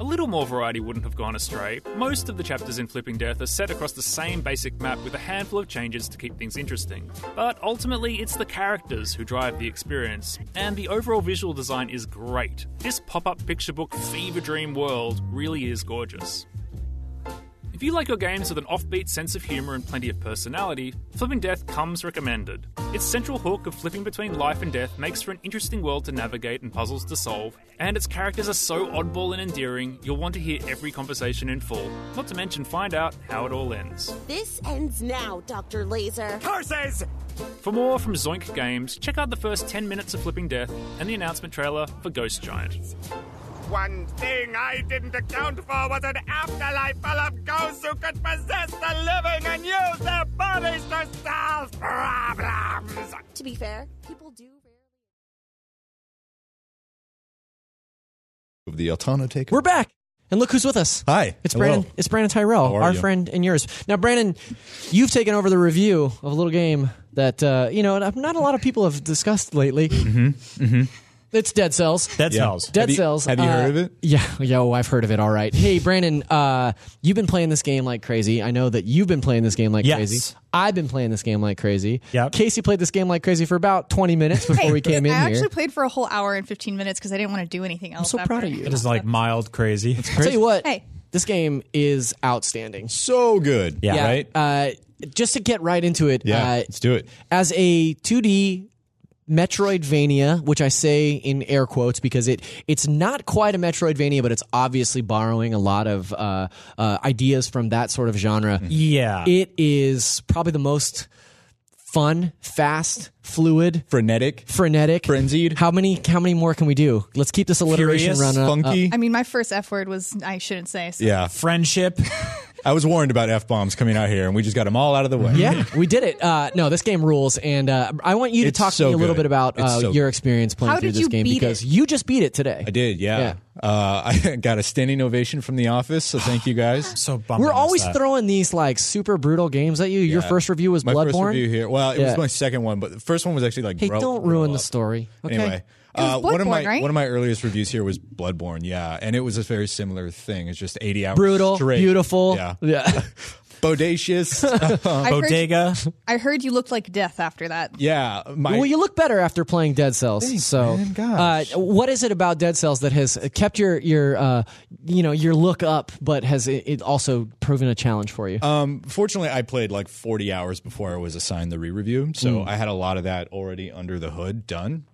Speaker 8: A little more variety wouldn't have gone astray. Most of the chapters in Flipping Death are set across the same basic map with a handful of changes to keep things interesting. But ultimately, it's the characters who drive the experience, and the overall visual design is great. This pop up picture book fever dream world really is gorgeous. If you like your games with an offbeat sense of humour and plenty of personality, Flipping Death comes recommended. Its central hook of flipping between life and death makes for an interesting world to navigate and puzzles to solve, and its characters are so oddball and endearing, you'll want to hear every conversation in full, not to mention find out how it all ends.
Speaker 11: This ends now, Dr. Laser.
Speaker 7: Curses!
Speaker 8: For more from Zoink Games, check out the first 10 minutes of Flipping Death and the announcement trailer for Ghost Giant.
Speaker 12: One thing I didn't account for was an afterlife full of ghosts who could possess the living and use their bodies to solve problems.
Speaker 11: To be fair, people do.
Speaker 4: Of the Altana Taker.
Speaker 3: We're back. And look who's with us.
Speaker 4: Hi.
Speaker 3: It's
Speaker 4: Hello.
Speaker 3: Brandon. It's Brandon Tyrell,
Speaker 4: How are
Speaker 3: our
Speaker 4: you?
Speaker 3: friend and yours. Now, Brandon, you've taken over the review of a little game that uh, you know and not a lot of people have discussed lately. Mm-hmm. Mm-hmm. It's Dead Cells.
Speaker 13: That's
Speaker 4: Yeah.
Speaker 13: Hells.
Speaker 3: Dead
Speaker 4: Have you-
Speaker 3: Cells. uh,
Speaker 4: have you heard of it?
Speaker 3: Yeah, yo, I've heard of it. All right. Hey, Brandon, uh, you've been playing this game like crazy. I know that you've been playing this game like
Speaker 13: Yes.
Speaker 3: crazy. I've been playing this game like crazy.
Speaker 13: Yep.
Speaker 3: Casey played this game like crazy for about twenty minutes before we came in
Speaker 5: I
Speaker 3: here.
Speaker 5: actually played for a whole hour and 15 minutes because I didn't want to do anything else.
Speaker 3: so
Speaker 5: after.
Speaker 3: proud of you.
Speaker 13: It is like mild crazy.
Speaker 3: I'll tell you what.
Speaker 5: Hey.
Speaker 3: This game is outstanding.
Speaker 4: So good.
Speaker 13: Yeah. Yeah.
Speaker 4: Right?
Speaker 3: Uh, just to get right into it.
Speaker 4: yeah.
Speaker 3: Uh,
Speaker 4: let's do it.
Speaker 3: as a 2D Metroidvania, which I say in air quotes because it it's not quite a Metroidvania, but it's obviously borrowing a lot of uh, uh, ideas from that sort of genre.
Speaker 4: Mm-hmm.
Speaker 13: yeah.
Speaker 3: It is probably the most fun, fast, fluid,
Speaker 4: Frenetic.
Speaker 3: frenetic,
Speaker 4: Frenzied.
Speaker 3: How many? How many more can we do? Let's keep this alliteration
Speaker 13: Furious,
Speaker 3: running. up- uh, up.
Speaker 4: funky.
Speaker 5: I mean, my first F word was I shouldn't say. So.
Speaker 4: yeah.
Speaker 13: Friendship.
Speaker 4: I was warned about F bombs coming out here, and we just got them all out of the way.
Speaker 3: Yeah, we did it. Uh, no, this game rules, and uh, I want you to
Speaker 4: It's
Speaker 3: talk
Speaker 4: so
Speaker 3: to me a little
Speaker 4: good.
Speaker 3: bit about
Speaker 4: It's
Speaker 3: uh,
Speaker 4: so
Speaker 3: your
Speaker 4: good.
Speaker 3: experience playing
Speaker 5: How
Speaker 3: through
Speaker 5: did
Speaker 3: this
Speaker 5: you
Speaker 3: game
Speaker 5: beat
Speaker 3: because
Speaker 5: it?
Speaker 3: you just beat it today.
Speaker 4: I did, yeah. Uh, I got a standing ovation from the office, so thank you guys.
Speaker 13: So bummed.
Speaker 3: We're
Speaker 13: I missed
Speaker 3: always
Speaker 13: that.
Speaker 3: throwing these like super brutal games at you. Your first review was
Speaker 4: My
Speaker 3: Bloodborne.
Speaker 4: first review here. Well, it
Speaker 3: Yeah.
Speaker 4: was my second one, but the first one was actually like.
Speaker 3: Hey,
Speaker 4: grow-
Speaker 3: don't
Speaker 4: grow
Speaker 3: ruin the
Speaker 4: up.
Speaker 3: story. Okay.
Speaker 4: Anyway,
Speaker 5: was
Speaker 4: uh, one of my
Speaker 5: Bloodborne, right?
Speaker 4: one of my earliest reviews here was Bloodborne, yeah, and it was a very similar thing. It's just eighty hours
Speaker 3: Brutal,
Speaker 4: straight.
Speaker 3: beautiful.
Speaker 4: yeah,
Speaker 3: yeah.
Speaker 4: bodacious,
Speaker 5: I heard,
Speaker 13: Bodega.
Speaker 5: I heard you looked like death after that.
Speaker 4: yeah. My
Speaker 3: well, you look better after playing Dead Cells. so,
Speaker 4: man. Gosh.
Speaker 3: Uh, what is it about Dead Cells that has kept your your uh, you know your look up, but has it, it also proven a challenge for you?
Speaker 4: fortunately, I played like 40 hours before I was assigned the re review. So I had a lot of that already under the hood done.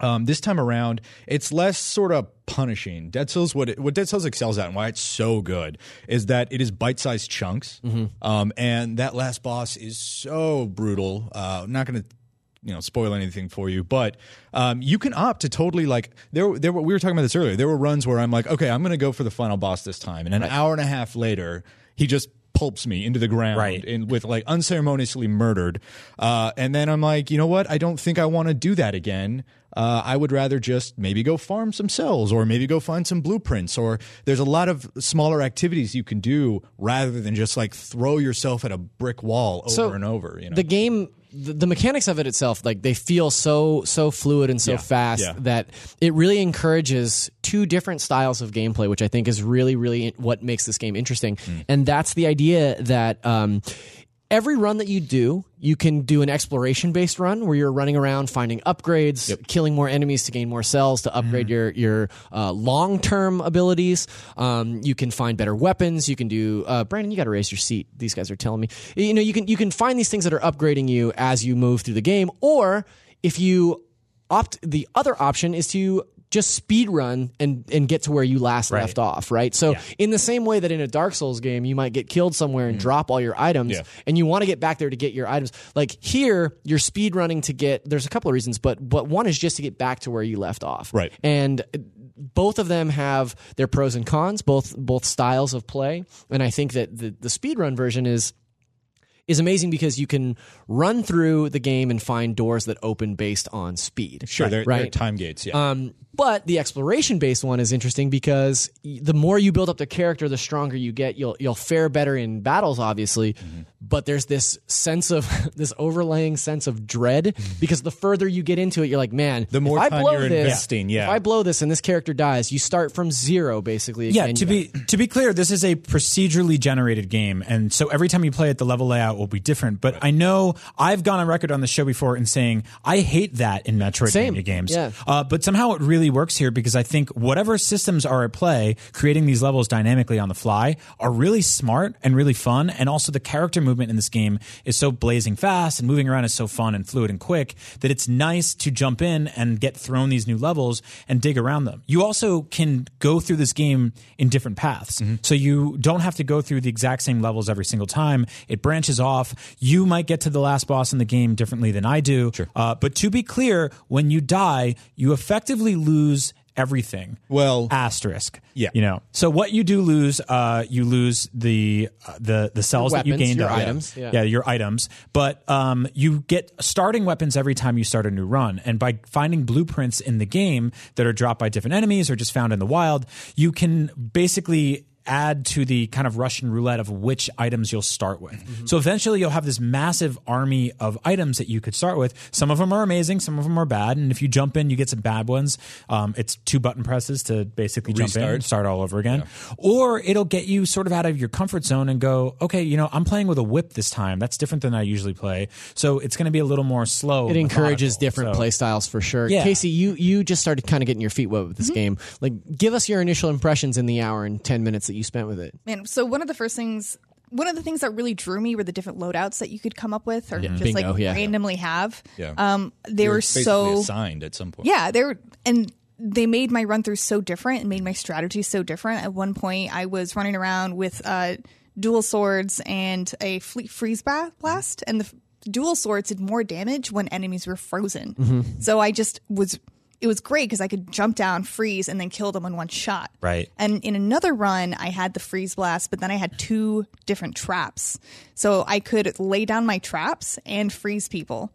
Speaker 4: Um, this time around, it's less sort of punishing. Dead Cells, what, it, what Dead Cells excels at and why it's so good is that it is bite sized chunks. Um, and that last boss is so brutal. Uh, I'm not going to you know spoil anything for you but um, you can opt to totally like there there were, we were talking about this earlier there were runs where i'm like okay i'm going to go for the final boss this time and an hour and a half later he just
Speaker 14: pulps me into the ground right. and with like unceremoniously murdered. Uh, and then I'm like, you know what? I don't think I want to do that again. Uh, I would rather just maybe go farm some cells or maybe go find some blueprints. Or there's a lot of smaller activities you can do rather than just like throw yourself at a brick wall over
Speaker 3: So,
Speaker 14: and over. You know?
Speaker 3: The game, the, the mechanics of it itself, like they feel so so fluid and so
Speaker 14: Yeah,
Speaker 3: fast
Speaker 14: yeah.
Speaker 3: that it really encourages two different styles of gameplay, which I think is really really what makes this game interesting.
Speaker 14: Hmm.
Speaker 3: And that's the idea that. Um, Every run that you do, you can do an exploration based run where you're running around finding upgrades, killing more enemies to gain more cells to upgrade
Speaker 14: Hmm.
Speaker 3: your your uh, long term abilities. Um, you can find better weapons. You can do uh, Brandon. You got to raise your seat. These guys are telling me. You know, you can you can find these things that are upgrading you as you move through the game, or if you opt the other option is to just speed run and and get to where you last left off right so in the same way that in a dark souls game you might get killed somewhere and drop all your items
Speaker 14: Mm. Yeah.
Speaker 3: and you want to get back there to get your items like here you're speed running to get there's a couple of reasons but but one is just to get back to where you left off
Speaker 14: Right.
Speaker 3: and both of them have their pros and cons both both styles of play and i think that the the speed run version is is amazing because you can run through the game and find doors that open based on speed.
Speaker 14: Sure, they're, they're
Speaker 3: right.
Speaker 14: time gates. Yeah.
Speaker 3: Um, but the exploration based one is interesting because y- the more you build up the character, the stronger you get. You'll you'll fare better in battles, obviously.
Speaker 14: Mm-hmm.
Speaker 3: But there's this sense of this overlaying sense of dread because the further you get into it, you're like, man, the
Speaker 14: Mm-hmm. more
Speaker 3: if I
Speaker 14: time
Speaker 3: blow
Speaker 14: you're
Speaker 3: this,
Speaker 14: investing, yeah.
Speaker 3: if I blow this and this character dies, you start from zero basically.
Speaker 4: Yeah,
Speaker 3: again.
Speaker 4: to
Speaker 3: You-
Speaker 4: be to be clear, this is a procedurally generated game, and so every time you play it, the level layout will be different. But I know I've gone on record on the show before and saying I hate that in
Speaker 3: Same.
Speaker 4: Metroidvania games.
Speaker 3: Yeah.
Speaker 4: Uh, but somehow it really works here because I think whatever systems are at play, creating these levels dynamically on the fly are really smart and really fun. And also the character movement in this game is so blazing fast and moving around is so fun and fluid and quick that it's nice to jump in and get thrown these new levels and dig around them. You also can go through this game in different paths.
Speaker 14: Mm-hmm.
Speaker 4: So you don't have to go through the exact same levels every single time. It branches off. You might get to the last boss in the game differently than I do. Uh, but to be clear, when you die, you effectively lose everything.
Speaker 14: Well,
Speaker 4: asterisk.
Speaker 14: yeah.
Speaker 4: You know. So what you do lose, uh, you lose the uh, the the cells that you
Speaker 3: weapons,
Speaker 4: gained.
Speaker 3: your
Speaker 4: up.
Speaker 3: items,
Speaker 4: Yeah.
Speaker 3: yeah.
Speaker 4: Yeah, your items. But um, you get starting weapons every time you start a new run, and by finding blueprints in the game that are dropped by different enemies or just found in the wild, you can basically. Add to the kind of Russian roulette of which items you'll start with. So eventually you'll have this massive army of items that you could start with. Some of them are amazing, some of them are bad. And if you jump in, you get some bad ones. Um, it's two button presses to basically jump in,
Speaker 14: Restart.
Speaker 4: start all over again. Or it'll get you sort of out of your comfort zone and go, okay, you know, I'm playing with a whip this time. That's different than I usually play. So it's going to be a little more slow.
Speaker 3: it encourages
Speaker 4: methodical.
Speaker 3: different
Speaker 4: So-
Speaker 3: play styles for sure.
Speaker 4: Yeah.
Speaker 3: Casey, you you just started kind of getting your feet wet with this
Speaker 5: Mm-hmm.
Speaker 3: game. Like, give us your initial impressions in the hour and ten minutes that you spent with it.
Speaker 5: Man, so one of the first things, one of the things that really drew me were the different loadouts that you could come up with or
Speaker 3: Yeah.
Speaker 5: just
Speaker 3: Bingo,
Speaker 5: like
Speaker 3: yeah.
Speaker 5: randomly have.
Speaker 14: Yeah.
Speaker 5: Um, they
Speaker 14: You're
Speaker 5: were
Speaker 14: basically
Speaker 5: so
Speaker 14: assigned at some point.
Speaker 5: Yeah, they were, and they made my run through so different and made my strategy so different. At one point, I was running around with uh, dual swords and a fleet freeze ba- blast, and the f- dual swords did more damage when enemies were frozen. So I just was. It was great because I could jump down, freeze, and then kill them in one shot.
Speaker 4: Right.
Speaker 5: And in another run, I had the freeze blast, but then I had two different traps. So I could lay down my traps and freeze people,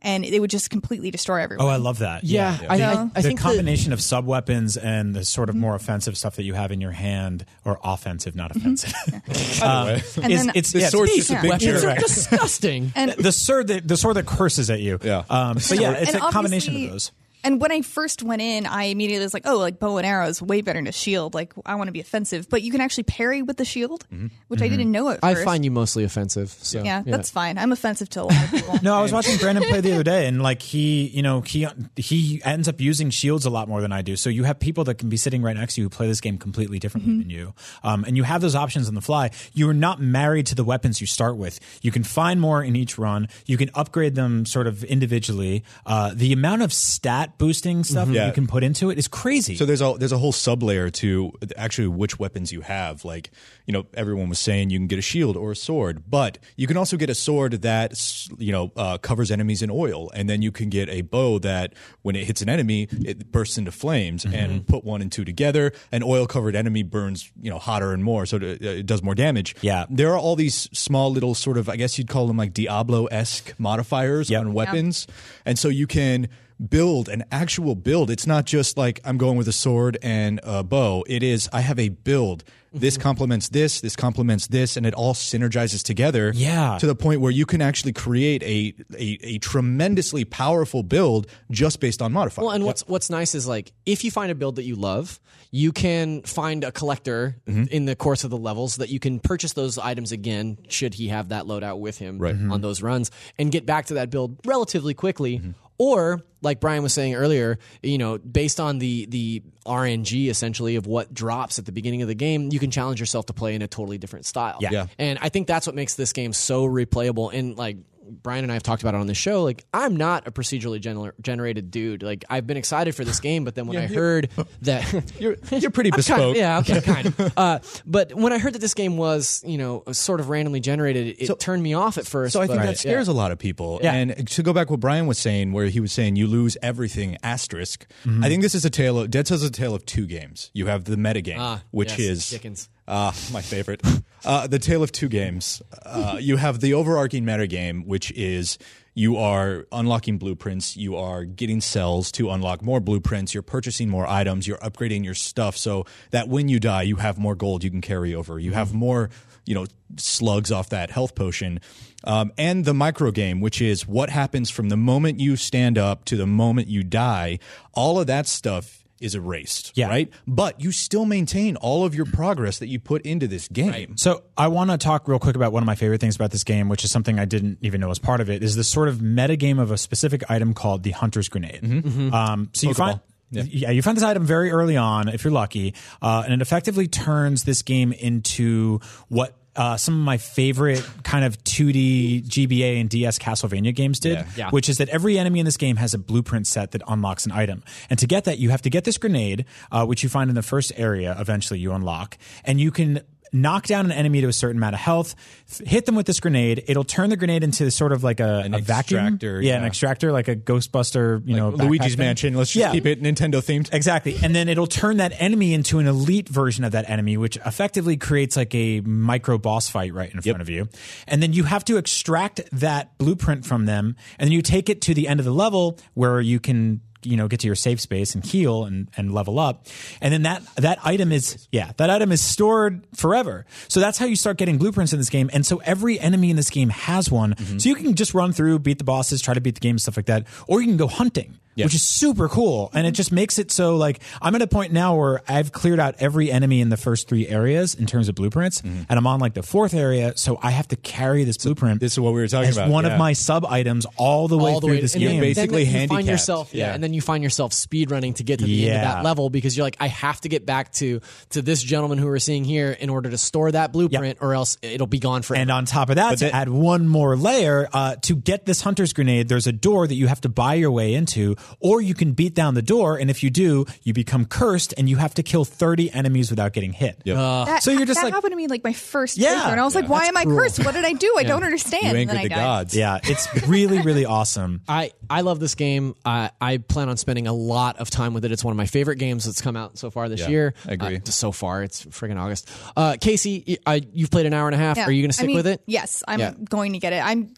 Speaker 5: and it would just completely destroy everyone.
Speaker 4: Oh, I love that.
Speaker 3: Yeah, I- I- I
Speaker 4: the
Speaker 3: think the-
Speaker 4: combination of sub weapons and the sort of more offensive stuff that you have in your hand, or offensive, not offensive. Um,
Speaker 14: way.
Speaker 4: is-
Speaker 5: And then-
Speaker 4: it's
Speaker 14: The
Speaker 4: yeah,
Speaker 14: sword's
Speaker 4: it's-
Speaker 14: just a big
Speaker 4: Weapons are
Speaker 14: jerk.
Speaker 4: correct.
Speaker 3: disgusting.
Speaker 5: And
Speaker 4: the sword that the sword that curses at you. Yeah. Um, but yeah, it's
Speaker 5: And
Speaker 4: a combination of
Speaker 5: obviously-
Speaker 4: those.
Speaker 5: And when I first went in, I immediately was like, "Oh, like bow and arrow is way better than a shield. Like I want to be offensive, but you can actually parry with the shield, which I didn't know at
Speaker 3: I
Speaker 5: first.
Speaker 3: find you mostly offensive. So
Speaker 5: yeah, that's fine. I'm offensive to a lot of people.
Speaker 4: No, I was watching Brandon play the other day, and like he, you know, he he ends up using shields a lot more than I do. So you have people that can be sitting right next to you who play this game completely differently
Speaker 3: Mm-hmm.
Speaker 4: than you, um, and you have those options on the fly. You are not married to the weapons you start with. You can find more in each run. You can upgrade them sort of individually. Uh, the amount of stat
Speaker 1: stat boosting stuff
Speaker 4: Mhm.
Speaker 1: that
Speaker 4: Yeah.
Speaker 1: you can put into it is crazy.
Speaker 4: So there's a there's a whole sublayer to actually which weapons you have. Like you know, everyone was saying you can get a shield or a sword, but you can also get a sword that s- you know uh, covers enemies in oil, and then you can get a bow that when it hits an enemy, it bursts into flames. And put one and two together, an oil covered enemy burns you know hotter and more, so it, uh, it does more damage. Yeah, there are all these small little sort of I guess you'd call them like Diablo esque modifiers on weapons, and so you can build an actual build it's not just like i'm going with a sword and a bow it is i have a build this complements this this complements this and it all synergizes together
Speaker 1: Yeah.
Speaker 4: to the point where you can actually create a a, a tremendously powerful build just based on modifiers
Speaker 3: Well, and what's what's nice is like if you find a build that you love, you can find a collector
Speaker 4: Mm-hmm.
Speaker 3: in the course of the levels that you can purchase those items again should he have that loadout with him
Speaker 4: Right. Mhm.
Speaker 3: on those runs and get back to that build relatively quickly.
Speaker 4: Mm-hmm.
Speaker 3: Or like Brian was saying earlier, you know, based on the the RNG essentially of what drops at the beginning of the game, you can challenge yourself to play in a totally different style.
Speaker 4: Yeah. Yeah.
Speaker 3: And I think that's what makes this game so replayable. And like Brian and I have talked about it on the show, like I'm not a procedurally gener- generated dude. Like I've been excited for this game, but then when
Speaker 4: Yeah,
Speaker 3: I
Speaker 4: you're-
Speaker 3: heard that
Speaker 4: you're you're pretty
Speaker 3: I'm kind of-
Speaker 4: bespoke
Speaker 3: yeah, okay, kind of. Uh, but when I heard that this game was, you know, sort of randomly generated, it turned me off at first.
Speaker 4: so i
Speaker 3: but-
Speaker 4: think that scares a lot of people and to go back what brian was saying where he was saying you lose everything asterisk
Speaker 3: Mm-hmm.
Speaker 4: i think this is a tale of dead Cells is a tale of two games you have the meta game
Speaker 3: Ah,
Speaker 4: which
Speaker 3: yes,
Speaker 4: is
Speaker 3: Dickens.
Speaker 4: Uh, my favorite. Uh, the Tale of Two Games. Uh, you have the overarching metagame, which is you are unlocking blueprints, you are getting cells to unlock more blueprints, you're purchasing more items, you're upgrading your stuff so that when you die, you have more gold you can carry over, you have more, you know, slugs off that health potion. Um, and the micro game, which is what happens from the moment you stand up to the moment you die, all of that stuff is erased, yeah. right? But you still maintain all of your progress that you put into this game.
Speaker 1: So I want to talk real quick about one of my favorite things about this game, which is something I didn't even know was part of it, is this sort of metagame of a specific item called the Hunter's Grenade.
Speaker 4: Mm-hmm.
Speaker 1: Um, so you
Speaker 4: Pokeball.
Speaker 1: find. Yeah. you find this item very early on if you're lucky, uh, and it effectively turns this game into what uh, some of my favorite kind of 2D GBA and DS Castlevania games did,
Speaker 4: Yeah. Yeah.
Speaker 1: which is that every enemy in this game has a blueprint set that unlocks an item. And to get that, you have to get this grenade, uh, which you find in the first area, eventually you unlock, and you can knock down an enemy to a certain amount of health, th- hit them with this grenade, it'll turn the grenade into sort of like a, an
Speaker 4: extractor,
Speaker 1: Yeah, an
Speaker 4: yeah.
Speaker 1: extractor, like a Ghostbuster, you know, backpack
Speaker 4: Luigi's
Speaker 1: thing.
Speaker 4: Mansion, let's just
Speaker 1: Yeah.
Speaker 4: keep it Nintendo themed.
Speaker 1: Exactly. And then it'll turn that enemy into an elite version of that enemy, which effectively creates like a micro boss fight right in front of you. And then you have to extract that blueprint from them, and then you take it to the end of the level where you can you know get to your safe space and heal and, and level up and then that that item is yeah that item is stored forever so that's how you start getting blueprints in this game and so every enemy in this game has one so you can just run through beat the bosses try to beat the game stuff like that or you can go hunting which is super cool and it just makes it so like i'm at a point now where i've cleared out every enemy in the first three areas in terms of blueprints
Speaker 4: Mm-hmm.
Speaker 1: and i'm on like the fourth area so i have to carry this blueprint
Speaker 4: This is what we were talking
Speaker 1: as
Speaker 4: about.
Speaker 1: one
Speaker 4: yeah.
Speaker 1: of my sub items all the way
Speaker 3: all the
Speaker 1: through
Speaker 3: way
Speaker 1: this
Speaker 3: and then-
Speaker 1: game
Speaker 3: then
Speaker 4: basically
Speaker 3: you Find
Speaker 4: handicapped.
Speaker 3: yourself, yeah.
Speaker 4: Yeah.
Speaker 3: and then you find yourself speedrunning to get to the end of
Speaker 1: Yeah.
Speaker 3: that level because you're like, I have to get back to to this gentleman who we're seeing here in order to store that blueprint, or else it'll be gone forever.
Speaker 1: And uh, on top of that, to add one more layer, uh, to get this hunter's grenade, there's a door that you have to buy your way into, or you can beat down the door. And if you do, you become cursed and you have to kill 30 enemies without getting hit.
Speaker 5: That,
Speaker 1: so you're just
Speaker 5: that
Speaker 1: like,
Speaker 5: happened to me like my first
Speaker 1: Yeah.
Speaker 5: playthrough, and I was like,
Speaker 1: Yeah.
Speaker 5: "Why
Speaker 1: That's
Speaker 5: am I
Speaker 1: cruel.
Speaker 5: cursed? What did I do? I don't understand."
Speaker 4: you
Speaker 5: And
Speaker 4: ain't
Speaker 5: then
Speaker 4: with the
Speaker 5: I died.
Speaker 4: gods.
Speaker 1: yeah, it's really, really awesome.
Speaker 3: I, I love this game. I, I plan on spending a lot of time with it. It's one of my favorite games that's come out so far this
Speaker 4: Yeah,
Speaker 3: year.
Speaker 4: I agree.
Speaker 3: Uh, so far, it's friggin' August. Uh, Casey, y- I, you've played an hour and a half.
Speaker 5: Yeah.
Speaker 3: Are you going
Speaker 5: I
Speaker 3: to stick
Speaker 5: mean,
Speaker 3: with it?
Speaker 5: Yes, I'm
Speaker 3: Yeah.
Speaker 5: going to get it. I'm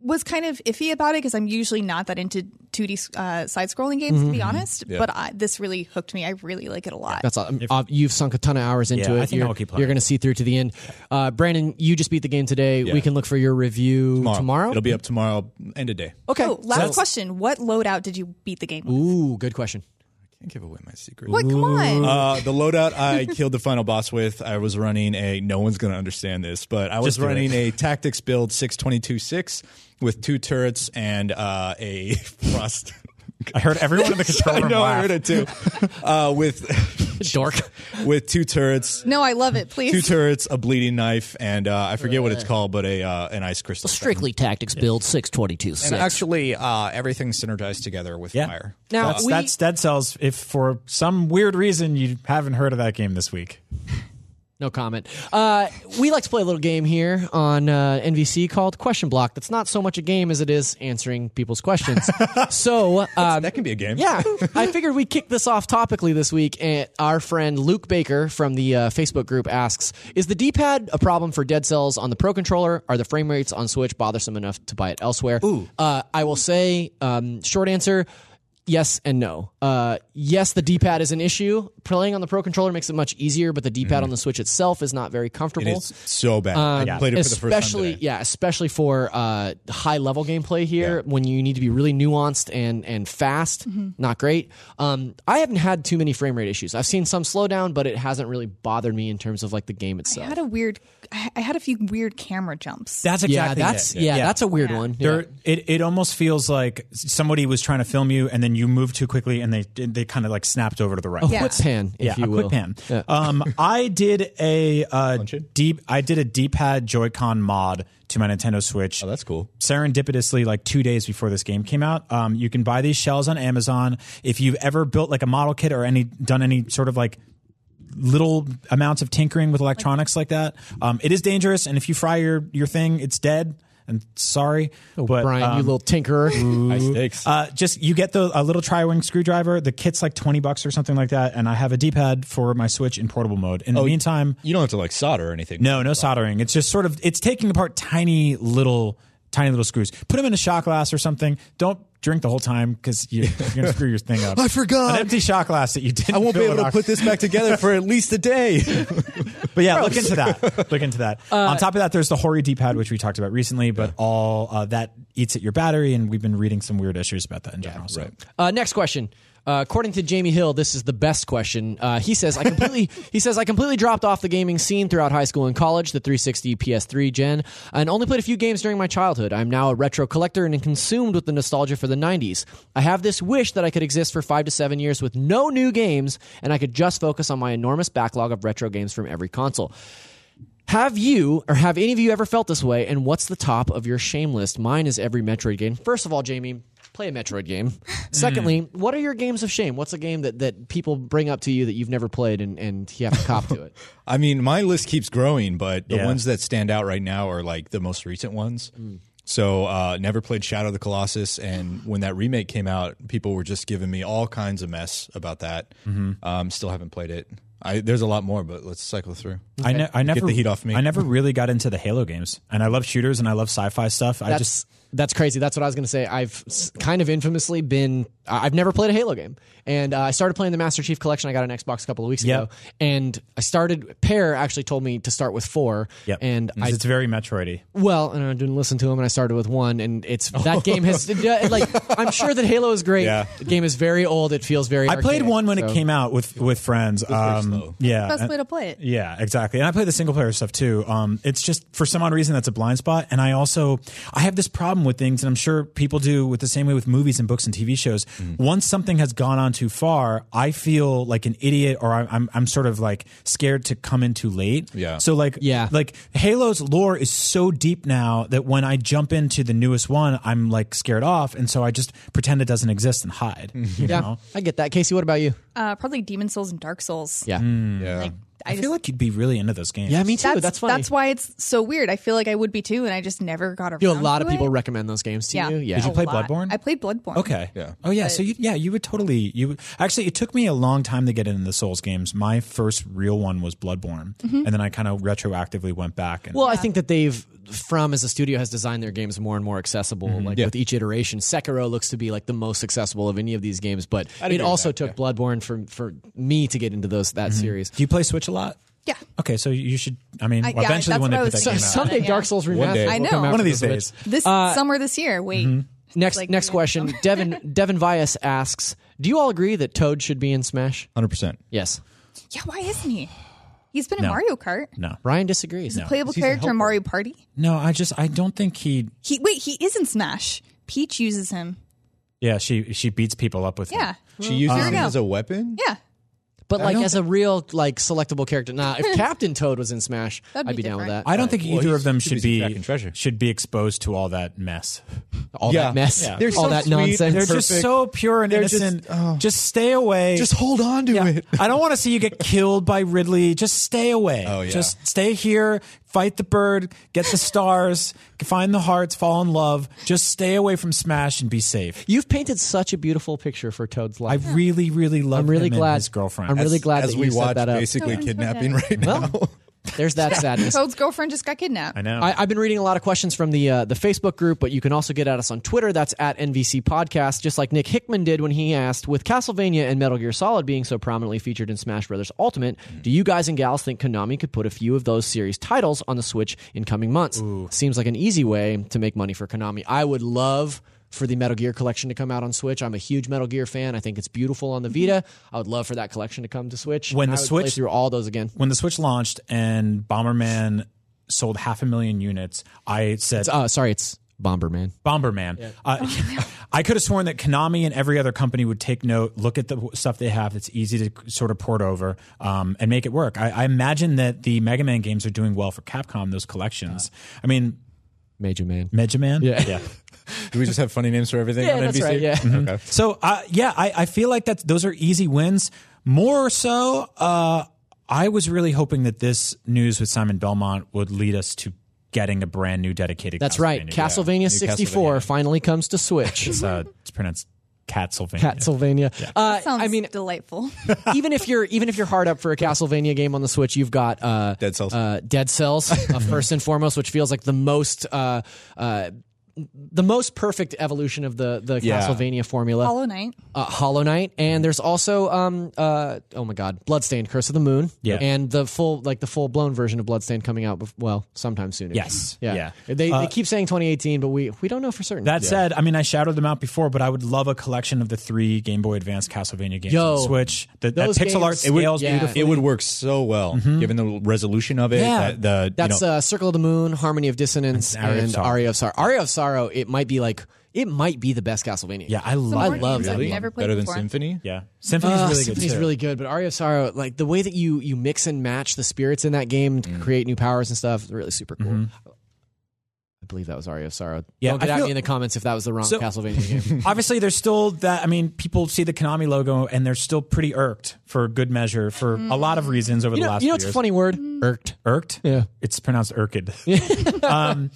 Speaker 5: was kind of iffy about it because I'm usually not that into 2D uh, side-scrolling games, to be honest.
Speaker 3: Yeah.
Speaker 5: But I, this really hooked me. I really like it a lot.
Speaker 3: That's awesome. Uh, you've sunk a ton of hours into
Speaker 1: Yeah,
Speaker 3: it.
Speaker 1: I think
Speaker 3: you're,
Speaker 1: I'll keep playing.
Speaker 3: You're going to see through to the end. Uh, Brandon, you just beat the game today.
Speaker 4: Yeah.
Speaker 3: We can look for your review tomorrow.
Speaker 4: It'll be up tomorrow, end of day.
Speaker 3: Okay.
Speaker 5: Oh, last question: What loadout did you beat the game with?
Speaker 3: Ooh, good question.
Speaker 4: Can't give away my secret.
Speaker 5: What? Come on.
Speaker 4: Uh, the loadout I killed the final boss with, I was running a, no one's going to understand this, but I was
Speaker 1: Just do it.
Speaker 4: running a tactics build 6226 with two turrets and uh, a frost.
Speaker 1: I heard everyone in the control
Speaker 4: I
Speaker 1: room
Speaker 4: know, I
Speaker 1: laugh.
Speaker 4: heard it too. Uh, with
Speaker 3: Dork.
Speaker 4: with two turrets,
Speaker 5: No, I love it. Please.
Speaker 4: two turrets, a bleeding knife, and uh, I forget what it's called, but a uh, an ice crystal.
Speaker 15: Strictly tactics build six twenty two
Speaker 4: And
Speaker 15: six.
Speaker 4: actually, uh, everything synergized together with fire.
Speaker 3: Now,
Speaker 1: that's,
Speaker 3: we-
Speaker 1: that's Dead Cells. If for some weird reason you haven't heard of that game this week,
Speaker 3: No comment. Uh, we like to play a little game here on uh, NVC called Question Block. That's not so much a game as it is answering people's questions. so um,
Speaker 4: Uh, That can be a game.
Speaker 3: yeah, I figured we'd kick this off topically this week. And our friend Luke Baker from the uh, Facebook group asks Is the D pad a problem for dead cells on the Pro controller? Are the frame rates on Switch bothersome enough to buy it elsewhere? Ooh. Uh, I will say, um, short answer. Yes and no. Uh, yes, the D pad is an issue. Playing on the Pro controller makes it much easier, but the D pad on the Switch itself is not very
Speaker 4: It
Speaker 3: comfortable
Speaker 4: is so bad. I played it for the first time.
Speaker 3: um, especially
Speaker 4: today.
Speaker 3: yeah especially for uh, high level gameplay here when you need to be really nuanced and and fast not great um, i haven't had too many frame rate issues i've seen some slowdown but it hasn't really bothered me in terms of like the game
Speaker 5: I
Speaker 3: itself
Speaker 5: had a weird. I I had a few weird camera jumps.
Speaker 1: that's exactly
Speaker 3: yeah that's
Speaker 1: it.
Speaker 3: yeah, that's a weird one Yeah.
Speaker 1: There, it, it almost feels like somebody was trying to film you, and then you moved too quickly, and they they kind of like snapped over to the right.
Speaker 3: a quick pan if
Speaker 1: yeah,
Speaker 3: you
Speaker 1: a
Speaker 3: will
Speaker 1: quick pan. Um, I did a uh, deep. I did a D-pad Joy-Con mod to my Nintendo Switch.
Speaker 4: Oh, that's cool.
Speaker 1: serendipitously like two days before this game came out um, you can buy these shells on amazon if you've ever built like a model kit or any done any sort of like little amounts of tinkering with electronics like that um, it is dangerous and if you fry your, your thing it's dead and sorry but
Speaker 3: brian
Speaker 4: um,
Speaker 3: you little tinkerer
Speaker 4: High stakes.
Speaker 1: uh, just you get the a little tri-wing screwdriver the kit's like 20 bucks or something like that and i have a d-pad for my switch in portable mode in the meantime
Speaker 4: you don't have to like solder or anything.
Speaker 1: no, no soldering. It's just sort of it's taking apart tiny little tiny little screws. Put them in a shot glass or something. Don't drink the whole time because you, you're gonna screw your thing up.
Speaker 4: I forgot.
Speaker 1: an empty shot glass that you didn't.
Speaker 4: I won't be
Speaker 1: fill
Speaker 4: able
Speaker 1: it
Speaker 4: to
Speaker 1: up.
Speaker 4: put this back together for at least a day.
Speaker 1: But yeah, look into that. Look
Speaker 3: Uh,
Speaker 1: into that. On top of that, there's the Hori D-pad which we talked about recently, but all uh, that eats at your battery, and we've been reading some weird issues about that in general. so.
Speaker 4: right.
Speaker 3: Uh, next question. Uh, according to Jamie Hill, this is the best question. Uh, he says, "I completely." he says, "I completely dropped off the gaming scene throughout high school and college, the 360, PS3 gen, and only played a few games during my childhood. I'm now a retro collector and consumed with the nostalgia for the 90s. I have this wish that I could exist for five to seven years with no new games, and I could just focus on my enormous backlog of retro games from every console." Have you or have any of you ever felt this way? And what's the top of your shame list? Mine is every Metroid game. First of all, Jamie, play a Metroid game. Secondly, what are your games of shame? What's a game that, that people bring up to you that you've never played and, and you have to cop to it?
Speaker 4: I mean, my list keeps growing, but the
Speaker 1: Yeah.
Speaker 4: ones that stand out right now are like the most recent ones. So, uh, never played Shadow of the Colossus, and when that remake came out, people were just giving me all kinds of mess about that.
Speaker 1: Mm-hmm.
Speaker 4: Um, still haven't played it. I, there's a lot more, but let's cycle through.
Speaker 1: I, ne- I never
Speaker 4: the heat off me.
Speaker 1: I never really got into the Halo games, and I love shooters and I love sci-fi stuff. I
Speaker 3: That's,
Speaker 1: just
Speaker 3: that's crazy. That's what I was going to say. I've s- kind of infamously been, I- I've never played a Halo game. And uh, I started playing the Master Chief Collection. I got an Xbox a couple of weeks
Speaker 1: Yep.
Speaker 3: ago. And I started, Pear actually told me to start with four.
Speaker 1: yep.
Speaker 3: And I
Speaker 1: it's very Metroidy.
Speaker 3: Well, and I didn't listen to him, and I started with one, and it's that game has like I'm sure that Halo is great.
Speaker 4: Yeah.
Speaker 3: The game is very old; it feels very.
Speaker 1: I played
Speaker 3: archaic,
Speaker 1: one when it
Speaker 3: so-
Speaker 1: came out with with friends. Um,
Speaker 4: slow.
Speaker 1: yeah,
Speaker 5: Best
Speaker 1: and-
Speaker 5: way to play it.
Speaker 1: Yeah, exactly. And I play the single player stuff too. Um, it's just for some odd reason that's a blind spot. And I also I have this problem with things, and I'm sure people do with the same way with movies and books and TV shows.
Speaker 4: Mm-hmm.
Speaker 1: Once something has gone on too far, I feel like an idiot, or I'm I'm, I'm sort of like scared to come in too late.
Speaker 4: Yeah.
Speaker 1: So like
Speaker 3: Yeah.
Speaker 1: like Halo's lore is so deep now that when I jump into the newest one, I'm like scared off, and so I just pretend it doesn't exist and hide. You
Speaker 3: Yeah,
Speaker 1: know?
Speaker 3: I get that. Casey, what about you?
Speaker 5: Uh, probably Demon Souls and Dark Souls.
Speaker 3: Yeah,
Speaker 1: Mm.
Speaker 4: Yeah.
Speaker 5: Like I,
Speaker 1: I,
Speaker 5: just,
Speaker 1: feel like you'd be really into those games.
Speaker 3: yeah, me too.
Speaker 5: that's
Speaker 3: That's,
Speaker 5: that's,
Speaker 3: funny.
Speaker 5: why it's so weird. I feel like I would be too, and I just never got around.
Speaker 3: you know, a lot of
Speaker 5: to
Speaker 3: people
Speaker 5: It.
Speaker 3: recommend those games to
Speaker 5: yeah.
Speaker 3: you.
Speaker 1: Did
Speaker 3: Yeah,
Speaker 1: you play
Speaker 5: A lot.
Speaker 1: Bloodborne?
Speaker 5: I played Bloodborne.
Speaker 1: Okay.
Speaker 4: Yeah.
Speaker 1: Oh yeah. So you yeah you would totally you would- actually it took me a long time to get into the Souls games. My first real one was Bloodborne,
Speaker 5: Mm-hmm.
Speaker 1: and then I kind of retroactively went back and
Speaker 3: well, I think that they've from as a studio has designed their games more and more accessible.
Speaker 1: Mm-hmm.
Speaker 3: Like with each iteration, Sekiro looks to be like the most accessible of any of these games, but it also took Bloodborne for for me to get into those that series.
Speaker 1: Mm-hmm. do you play Switch a lot?
Speaker 5: Yeah.
Speaker 1: Okay, so you should. I mean,
Speaker 5: I-
Speaker 1: well,
Speaker 5: yeah,
Speaker 1: eventually
Speaker 5: that's
Speaker 1: when they
Speaker 5: what I was
Speaker 1: put that game
Speaker 5: gonna
Speaker 1: out,
Speaker 5: say.
Speaker 3: Someday,
Speaker 5: Yeah.
Speaker 3: Dark Souls
Speaker 4: One
Speaker 3: Remastered.
Speaker 4: day.
Speaker 3: will
Speaker 5: I know.
Speaker 3: come out
Speaker 5: One
Speaker 3: for
Speaker 1: One of
Speaker 3: the
Speaker 1: these
Speaker 3: Switch.
Speaker 1: days.
Speaker 5: This summer this year. Wait.
Speaker 3: Next
Speaker 5: Like,
Speaker 3: next
Speaker 5: next
Speaker 3: question. Devin Devin Vias asks, "Do you all agree that Toad should be in Smash?"
Speaker 4: 100%.
Speaker 3: Yes.
Speaker 5: Yeah. Why isn't he? He's been
Speaker 1: No.
Speaker 5: in Mario Kart.
Speaker 1: no,
Speaker 3: Ryan disagrees.
Speaker 5: Playable character in Mario Party.
Speaker 1: no, I just I don't think he.
Speaker 5: He wait. He is in Smash. Peach uses him.
Speaker 1: Yeah, she she beats people up with. him.
Speaker 5: Yeah.
Speaker 4: She uses
Speaker 5: there
Speaker 4: it
Speaker 5: you go.
Speaker 4: as a Um, weapon?
Speaker 5: Yeah.
Speaker 3: But
Speaker 4: I
Speaker 3: like
Speaker 4: don't
Speaker 3: as a real like selectable character, nah. If Captain Toad was in Smash, I'd
Speaker 5: That'd
Speaker 3: be,
Speaker 5: be
Speaker 3: down with that.
Speaker 5: different.
Speaker 1: I don't think
Speaker 4: Well,
Speaker 1: either
Speaker 4: he's
Speaker 1: of them
Speaker 4: too
Speaker 1: should
Speaker 4: busy
Speaker 1: be
Speaker 4: tracking treasure.
Speaker 1: should be exposed to all that mess,
Speaker 3: all
Speaker 4: Yeah.
Speaker 3: that mess,
Speaker 4: Yeah. They're
Speaker 3: all
Speaker 4: so
Speaker 3: that
Speaker 4: sweet.
Speaker 3: nonsense.
Speaker 1: They're just so pure and
Speaker 4: They're just-
Speaker 1: innocent. Just, stay away.
Speaker 4: Just hold on to it.
Speaker 1: I don't want to see you get killed by Ridley. Just stay away.
Speaker 4: Oh, yeah.
Speaker 1: Just stay here. Fight the bird. Get the stars. Find the hearts. Fall in love. Just stay away from Smash and be safe.
Speaker 3: You've painted such a beautiful picture for Toad's
Speaker 1: I
Speaker 3: life.
Speaker 1: really, really love.
Speaker 3: I'm really
Speaker 1: him and
Speaker 3: glad-
Speaker 1: his girlfriend.
Speaker 3: I'm really
Speaker 4: As-
Speaker 3: glad
Speaker 4: as
Speaker 3: that
Speaker 4: we
Speaker 3: you set
Speaker 4: watch
Speaker 3: that up.
Speaker 4: basically
Speaker 5: No, it's
Speaker 4: kidnapping
Speaker 5: okay.
Speaker 4: right now.
Speaker 3: There's that sadness.
Speaker 5: Toad's girlfriend just got kidnapped.
Speaker 1: I know.
Speaker 3: I, I've been reading a lot of questions from the uh, the Facebook group, but you can also get at us on Twitter. That's at NVC Podcast, just like Nick Hickman did when he asked, with Castlevania and Metal Gear Solid being so prominently featured in Smash Brothers Ultimate, do you guys and gals think Konami could put a few of those series titles on the Switch in coming months? Seems like an easy way to make money for Konami. I would love for the Metal Gear collection to come out on Switch. I'm a huge Metal Gear fan. I think it's beautiful on the Vita. I would love for that collection to come to Switch.
Speaker 1: Mm-hmm. When
Speaker 3: And
Speaker 1: the
Speaker 3: I would play
Speaker 1: Switch-
Speaker 3: through all those again.
Speaker 1: when the Switch launched and Bomberman sold half a million units, I said
Speaker 3: It's, uh, sorry, it's Bomberman.
Speaker 1: Bomberman. Uh, I could have sworn that Konami and every other company would take note, look at the w- stuff they have that's easy to sort of port over, um, and make it work. I, I imagine that the Mega Man games are doing well for Capcom. Those collections. I mean,
Speaker 3: Major Man.
Speaker 1: Mega Man.
Speaker 3: Yeah.
Speaker 4: Do we just have funny names for everything
Speaker 3: Yeah,
Speaker 4: on
Speaker 3: that's
Speaker 4: NBC?
Speaker 3: right, yeah.
Speaker 4: Okay.
Speaker 1: So uh, yeah, I, I feel like that those are easy wins. More so, uh, I was really hoping that this news with Simon Belmont would lead us to getting a brand new dedicated.
Speaker 3: That's right. Castlevania 64 finally comes to Switch.
Speaker 1: It's, uh, it's pronounced Catsylvania.
Speaker 3: Castlevania. Uh,
Speaker 5: That sounds
Speaker 3: I mean,
Speaker 5: delightful.
Speaker 3: even if you're even if you're hard up for a Castlevania game on the Switch, you've got uh,
Speaker 4: Dead Cells.
Speaker 3: uh, Dead Cells uh, first and foremost, which feels like the most uh, uh, the most perfect evolution of the the
Speaker 4: Yeah.
Speaker 3: Castlevania formula.
Speaker 5: Hollow Knight.
Speaker 3: uh, Hollow Knight, and there's also um uh oh my god, Bloodstained, Curse of the Moon,
Speaker 1: Yeah.
Speaker 3: and the full like the full blown version of Bloodstained coming out bef- well sometime soon.
Speaker 1: Yes.
Speaker 3: yeah,
Speaker 1: Yeah.
Speaker 3: They,
Speaker 1: Uh,
Speaker 3: they keep saying 2018, but we we don't know for certain.
Speaker 1: That said, I mean, I shouted them out before, but I would love a collection of the three Game Boy Advance Castlevania games
Speaker 3: Yo,
Speaker 1: on Switch. The, that
Speaker 3: those
Speaker 1: pixel art
Speaker 3: games- It would-
Speaker 1: scales
Speaker 3: yeah.
Speaker 1: beautifully.
Speaker 4: It would work so well Mm-hmm. given the resolution of it.
Speaker 1: Yeah.
Speaker 4: that the, you
Speaker 3: That's
Speaker 4: know,
Speaker 3: uh, Circle of the Moon, Harmony of Dissonance,
Speaker 1: And Aria of
Speaker 3: and
Speaker 1: Sorrow.
Speaker 3: Aria of Sorrow. Aria of Sorrow, it might be like it might be the best Castlevania.
Speaker 1: Yeah, I
Speaker 5: Some
Speaker 1: love.
Speaker 5: more
Speaker 3: I love
Speaker 5: games
Speaker 3: that
Speaker 5: I've
Speaker 3: one.
Speaker 5: Never played
Speaker 4: better than
Speaker 5: before.
Speaker 4: Symphony.
Speaker 1: Yeah, Symphony's really
Speaker 3: Symphony's
Speaker 1: good. Too.
Speaker 3: Ah, really good, but Aria of Sorrow, like the way that you you mix and match the spirits in that game
Speaker 1: Mm.
Speaker 3: to create new powers and stuff, is really super cool. I believe that was Aria of Sorrow.
Speaker 1: Mm-hmm. Yeah,
Speaker 3: Don't get
Speaker 1: I
Speaker 3: at
Speaker 1: feel-
Speaker 3: me in the comments if that was the wrong
Speaker 1: So-
Speaker 3: Castlevania game.
Speaker 1: Obviously, there's still that. I mean, people see the Konami logo and they're still pretty irked for good measure for a lot of reasons over
Speaker 3: Mm. you
Speaker 1: the
Speaker 3: know,
Speaker 1: last.
Speaker 3: you know
Speaker 1: few
Speaker 3: what's a
Speaker 1: years.
Speaker 3: funny word?
Speaker 1: Mm.
Speaker 3: Irked.
Speaker 1: Irked.
Speaker 3: Yeah.
Speaker 1: it's pronounced irked. um,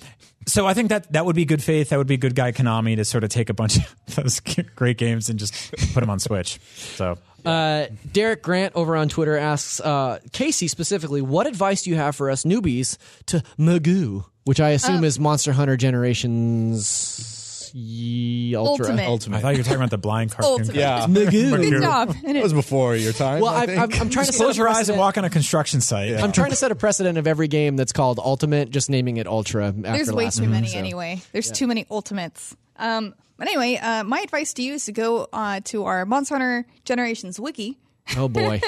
Speaker 1: so I think that that would be good faith. That would be good guy Konami to sort of take a bunch of those great games and just put them on Switch. So
Speaker 3: Uh, Derek Grant over on Twitter asks uh, Casey specifically, what advice do you have for us newbies to Magoo, which I assume is Monster Hunter Generations Ye- Ultra.
Speaker 5: Ultimate.
Speaker 4: Ultimate.
Speaker 1: I thought you were talking about the blind cartoon.
Speaker 5: Ultimate.
Speaker 4: yeah.
Speaker 5: Good job.
Speaker 4: That was before your time.
Speaker 3: Well,
Speaker 4: I
Speaker 3: I, I'm,
Speaker 4: think.
Speaker 3: I'm trying to
Speaker 1: Just
Speaker 3: set
Speaker 1: close
Speaker 3: a
Speaker 1: your eyes
Speaker 3: precedent-
Speaker 1: and walk on a construction site.
Speaker 3: I'm trying to set a precedent of every game that's called Ultimate, just naming it Ultra. After
Speaker 5: There's way
Speaker 3: last
Speaker 5: too
Speaker 3: one,
Speaker 5: many
Speaker 3: so.
Speaker 5: anyway. There's too many ultimates. Um, but anyway, uh, my advice to you is to go uh, to our Monster Hunter Generations wiki.
Speaker 3: Oh boy,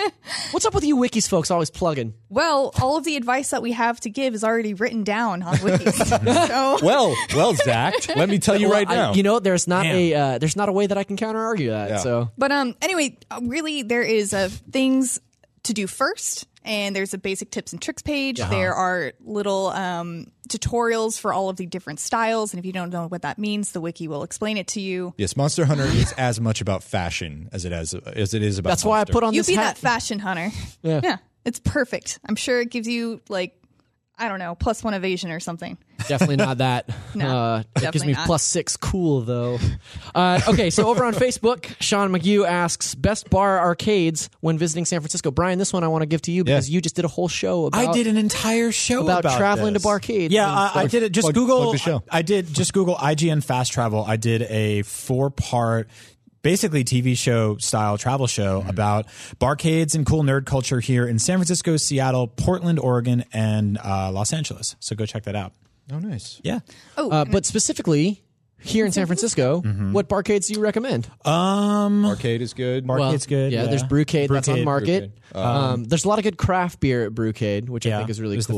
Speaker 3: what's up with you wikis folks? Always plugging.
Speaker 5: Well, all of the advice that we have to give is already written down on wikis. so
Speaker 4: well, well, Zach, let me tell you right
Speaker 3: Well, I-
Speaker 4: now.
Speaker 3: you know there's not
Speaker 1: Damn.
Speaker 3: a uh, there's not a way that I can counter argue that.
Speaker 4: Yeah.
Speaker 3: So
Speaker 5: But um, anyway, uh, really, there is uh, things to do first, and there's a basic tips and tricks page. There are little um, tutorials for all of the different styles, and if you don't know what that means, the wiki will explain it to you.
Speaker 4: yes, Monster Hunter is as much about fashion as it as as it is about.
Speaker 3: that's why I
Speaker 4: monster.
Speaker 3: put on
Speaker 5: you
Speaker 3: this
Speaker 5: be
Speaker 3: hat.
Speaker 5: that fashion hunter.
Speaker 3: Yeah.
Speaker 5: it's perfect. I'm sure it gives you like I don't know plus one evasion or something.
Speaker 3: Definitely not that.
Speaker 5: No,
Speaker 3: uh, it gives
Speaker 5: definitely
Speaker 3: me
Speaker 5: not.
Speaker 3: plus six cool though. Uh, okay, so over on Facebook, Sean McGew asks best bar arcades when visiting San Francisco. Brian, this one I want to give to you because you just did a whole show about.
Speaker 1: I did an entire show
Speaker 3: about
Speaker 1: about,
Speaker 3: traveling
Speaker 1: this.
Speaker 3: to barcades
Speaker 1: Yeah,
Speaker 3: and
Speaker 1: I, I
Speaker 3: stuff.
Speaker 1: did it. Just
Speaker 4: Plug-
Speaker 1: Google.
Speaker 4: plug the show.
Speaker 1: I, I did just Google IGN fast travel. I did a four part. Basically, TV show style travel show
Speaker 4: Mm-hmm.
Speaker 1: about barcades and cool nerd culture here in San Francisco, Seattle, Portland, Oregon, and uh, Los Angeles. So go check that out.
Speaker 4: Oh, nice.
Speaker 1: Yeah,
Speaker 5: Oh,
Speaker 3: Uh, but specifically, here in San Francisco, what barcades do you recommend?
Speaker 1: Um,
Speaker 4: Arcade is good.
Speaker 3: Well, Yeah, there's Brewcade, that's on market. um, there's a lot of good craft beer at Brewcade, which I think is really cool.
Speaker 4: If
Speaker 3: The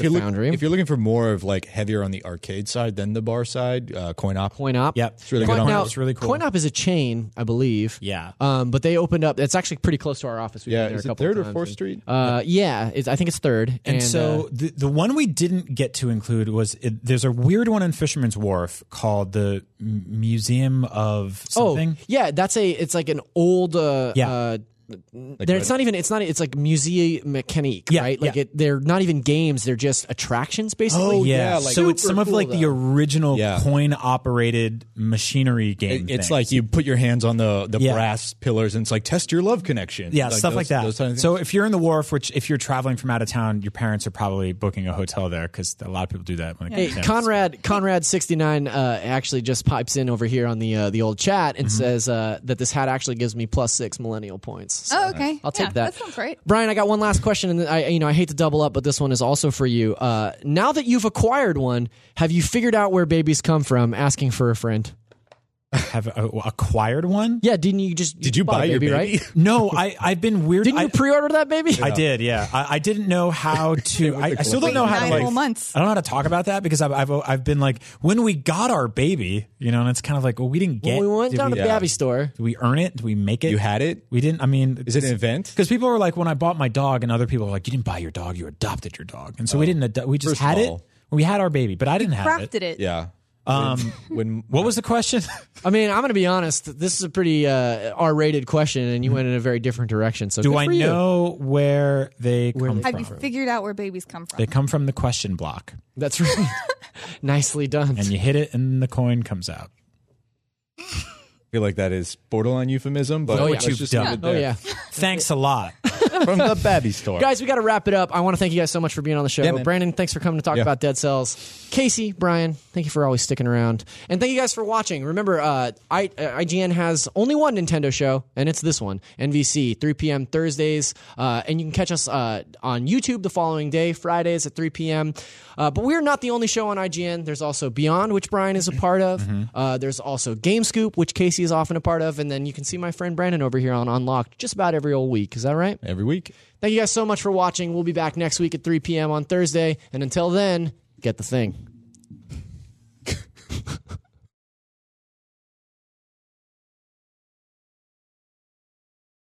Speaker 4: you're, look-
Speaker 3: Foundry.
Speaker 4: if you're looking for more of like heavier on the arcade side than the bar side, uh, Coin Op.
Speaker 3: Coin Op.
Speaker 4: Yep. It's really good.
Speaker 3: Coin
Speaker 4: on
Speaker 3: Op
Speaker 4: It's really cool.
Speaker 3: Coin Op is a chain, I believe.
Speaker 1: Yeah.
Speaker 3: Um, but they opened up. It's actually pretty close to our office. We've
Speaker 4: Yeah,
Speaker 3: been there
Speaker 4: is
Speaker 3: a
Speaker 4: it
Speaker 3: couple
Speaker 4: Third or
Speaker 3: times.
Speaker 4: Fourth Street?
Speaker 3: Uh, yeah, it's, I think it's third.
Speaker 1: And, so
Speaker 3: uh,
Speaker 1: the the one we didn't get to include was it, there's a weird one in Fisherman's Wharf called the M- Museum of something.
Speaker 3: Oh, yeah, that's a. It's like an old. Uh,
Speaker 1: Yeah.
Speaker 3: Uh,
Speaker 1: Like
Speaker 3: there, it's
Speaker 1: red-
Speaker 3: not even. It's not. It's like musée mechanique, right? Like
Speaker 1: yeah. Oh,
Speaker 3: it, they're not even games. They're just attractions, basically.
Speaker 1: so it's some of like the original
Speaker 4: Yeah.
Speaker 1: coin operated machinery game.
Speaker 4: It- it's
Speaker 1: things.
Speaker 4: like you put your hands on the, the
Speaker 1: Yeah.
Speaker 4: brass pillars and it's like test your love connection.
Speaker 1: Yeah, stuff
Speaker 4: those-
Speaker 1: like that.
Speaker 4: those kind of things.
Speaker 1: so if you're in the wharf, which if you're traveling from out of town, your parents are probably booking a hotel there because a lot of people do that when it
Speaker 3: Hey,
Speaker 1: comes down.
Speaker 3: Conrad, Conrad sixty nine uh, actually just pipes in over here on the uh, the old chat
Speaker 1: Mm-hmm.
Speaker 3: and says uh, that this hat actually gives me plus six millennial points. So
Speaker 5: Oh, okay.
Speaker 3: I'll take
Speaker 5: Yeah,
Speaker 3: that.
Speaker 5: that sounds great.
Speaker 3: Brian, I got one last question, and I, you know, I hate to double up, but this one is also for you. Uh, now that you've acquired one, have you figured out where babies come from? Asking for a friend.
Speaker 1: Have uh, acquired one?
Speaker 3: Yeah, didn't you just
Speaker 1: Did you
Speaker 3: bought a
Speaker 1: buy your baby?
Speaker 3: Right?
Speaker 1: No, I I've been weird.
Speaker 3: Didn't you
Speaker 1: I-
Speaker 3: pre-order that baby?
Speaker 1: I did, yeah. I, I didn't know how to. I, I still don't know how to
Speaker 5: Nine
Speaker 1: like.
Speaker 5: whole months.
Speaker 1: I don't know how to talk about that because I've, I've I've been like when we got our baby, you know, and it's kind of like well, we didn't get.
Speaker 3: Well, we went
Speaker 1: did
Speaker 3: down
Speaker 1: we-
Speaker 3: to the Babby store.
Speaker 1: Did we earn it? Did we make it?
Speaker 4: You had it?
Speaker 1: We didn't. I mean,
Speaker 4: Is it an event?
Speaker 1: Because people were like, when I bought my dog, and other people were like, you didn't buy your dog, you adopted your dog, and so we didn't. Ado- we just
Speaker 4: First of
Speaker 1: had it.
Speaker 4: all-
Speaker 1: We had our baby, but I didn't have
Speaker 5: crafted it.
Speaker 4: Yeah.
Speaker 1: Um,
Speaker 4: when
Speaker 1: what was the question?
Speaker 3: I mean, I'm going to be honest. This is a pretty uh, R-rated question, and you went in a very different direction. So
Speaker 1: Do
Speaker 3: good
Speaker 1: I
Speaker 3: for you.
Speaker 1: know where they come
Speaker 5: Have
Speaker 1: from?
Speaker 5: you figured out where babies come from?
Speaker 1: They come from the question block,
Speaker 3: That's right. Nicely done.
Speaker 1: and you hit it, and the coin comes out.
Speaker 4: I feel like that is borderline euphemism, but
Speaker 1: Oh, yeah.
Speaker 4: let's
Speaker 1: You've
Speaker 4: just
Speaker 1: done.
Speaker 4: leave it
Speaker 3: Oh
Speaker 4: there.
Speaker 3: yeah,
Speaker 1: Thanks a lot.
Speaker 4: From the Babby store.
Speaker 3: guys, we got to wrap it up. I want to thank you guys so much for being on the show.
Speaker 4: Yeah, man.
Speaker 3: Brandon, thanks for coming to talk
Speaker 4: Yeah.
Speaker 3: about Dead Cells. Casey, Brian, thank you for always sticking around, and thank you guys for watching. Remember, uh, I, uh, IGN has only one Nintendo show, and it's this one, NVC, 3 p.m. Thursdays, uh, and you can catch us uh, on YouTube the following day, Fridays at 3 p.m. Uh, but we're not the only show on IGN. There's also Beyond, which Brian is a part of.
Speaker 4: Mm-hmm.
Speaker 3: Uh, there's also Game Scoop, which Casey is often a part of, and then you can see my friend Brandon over here on Unlocked just about every old week. Is that right?
Speaker 4: Every week.
Speaker 3: Thank you guys so much for watching. We'll be back next week at 3 p.m. on Thursday. And until then, get the thing.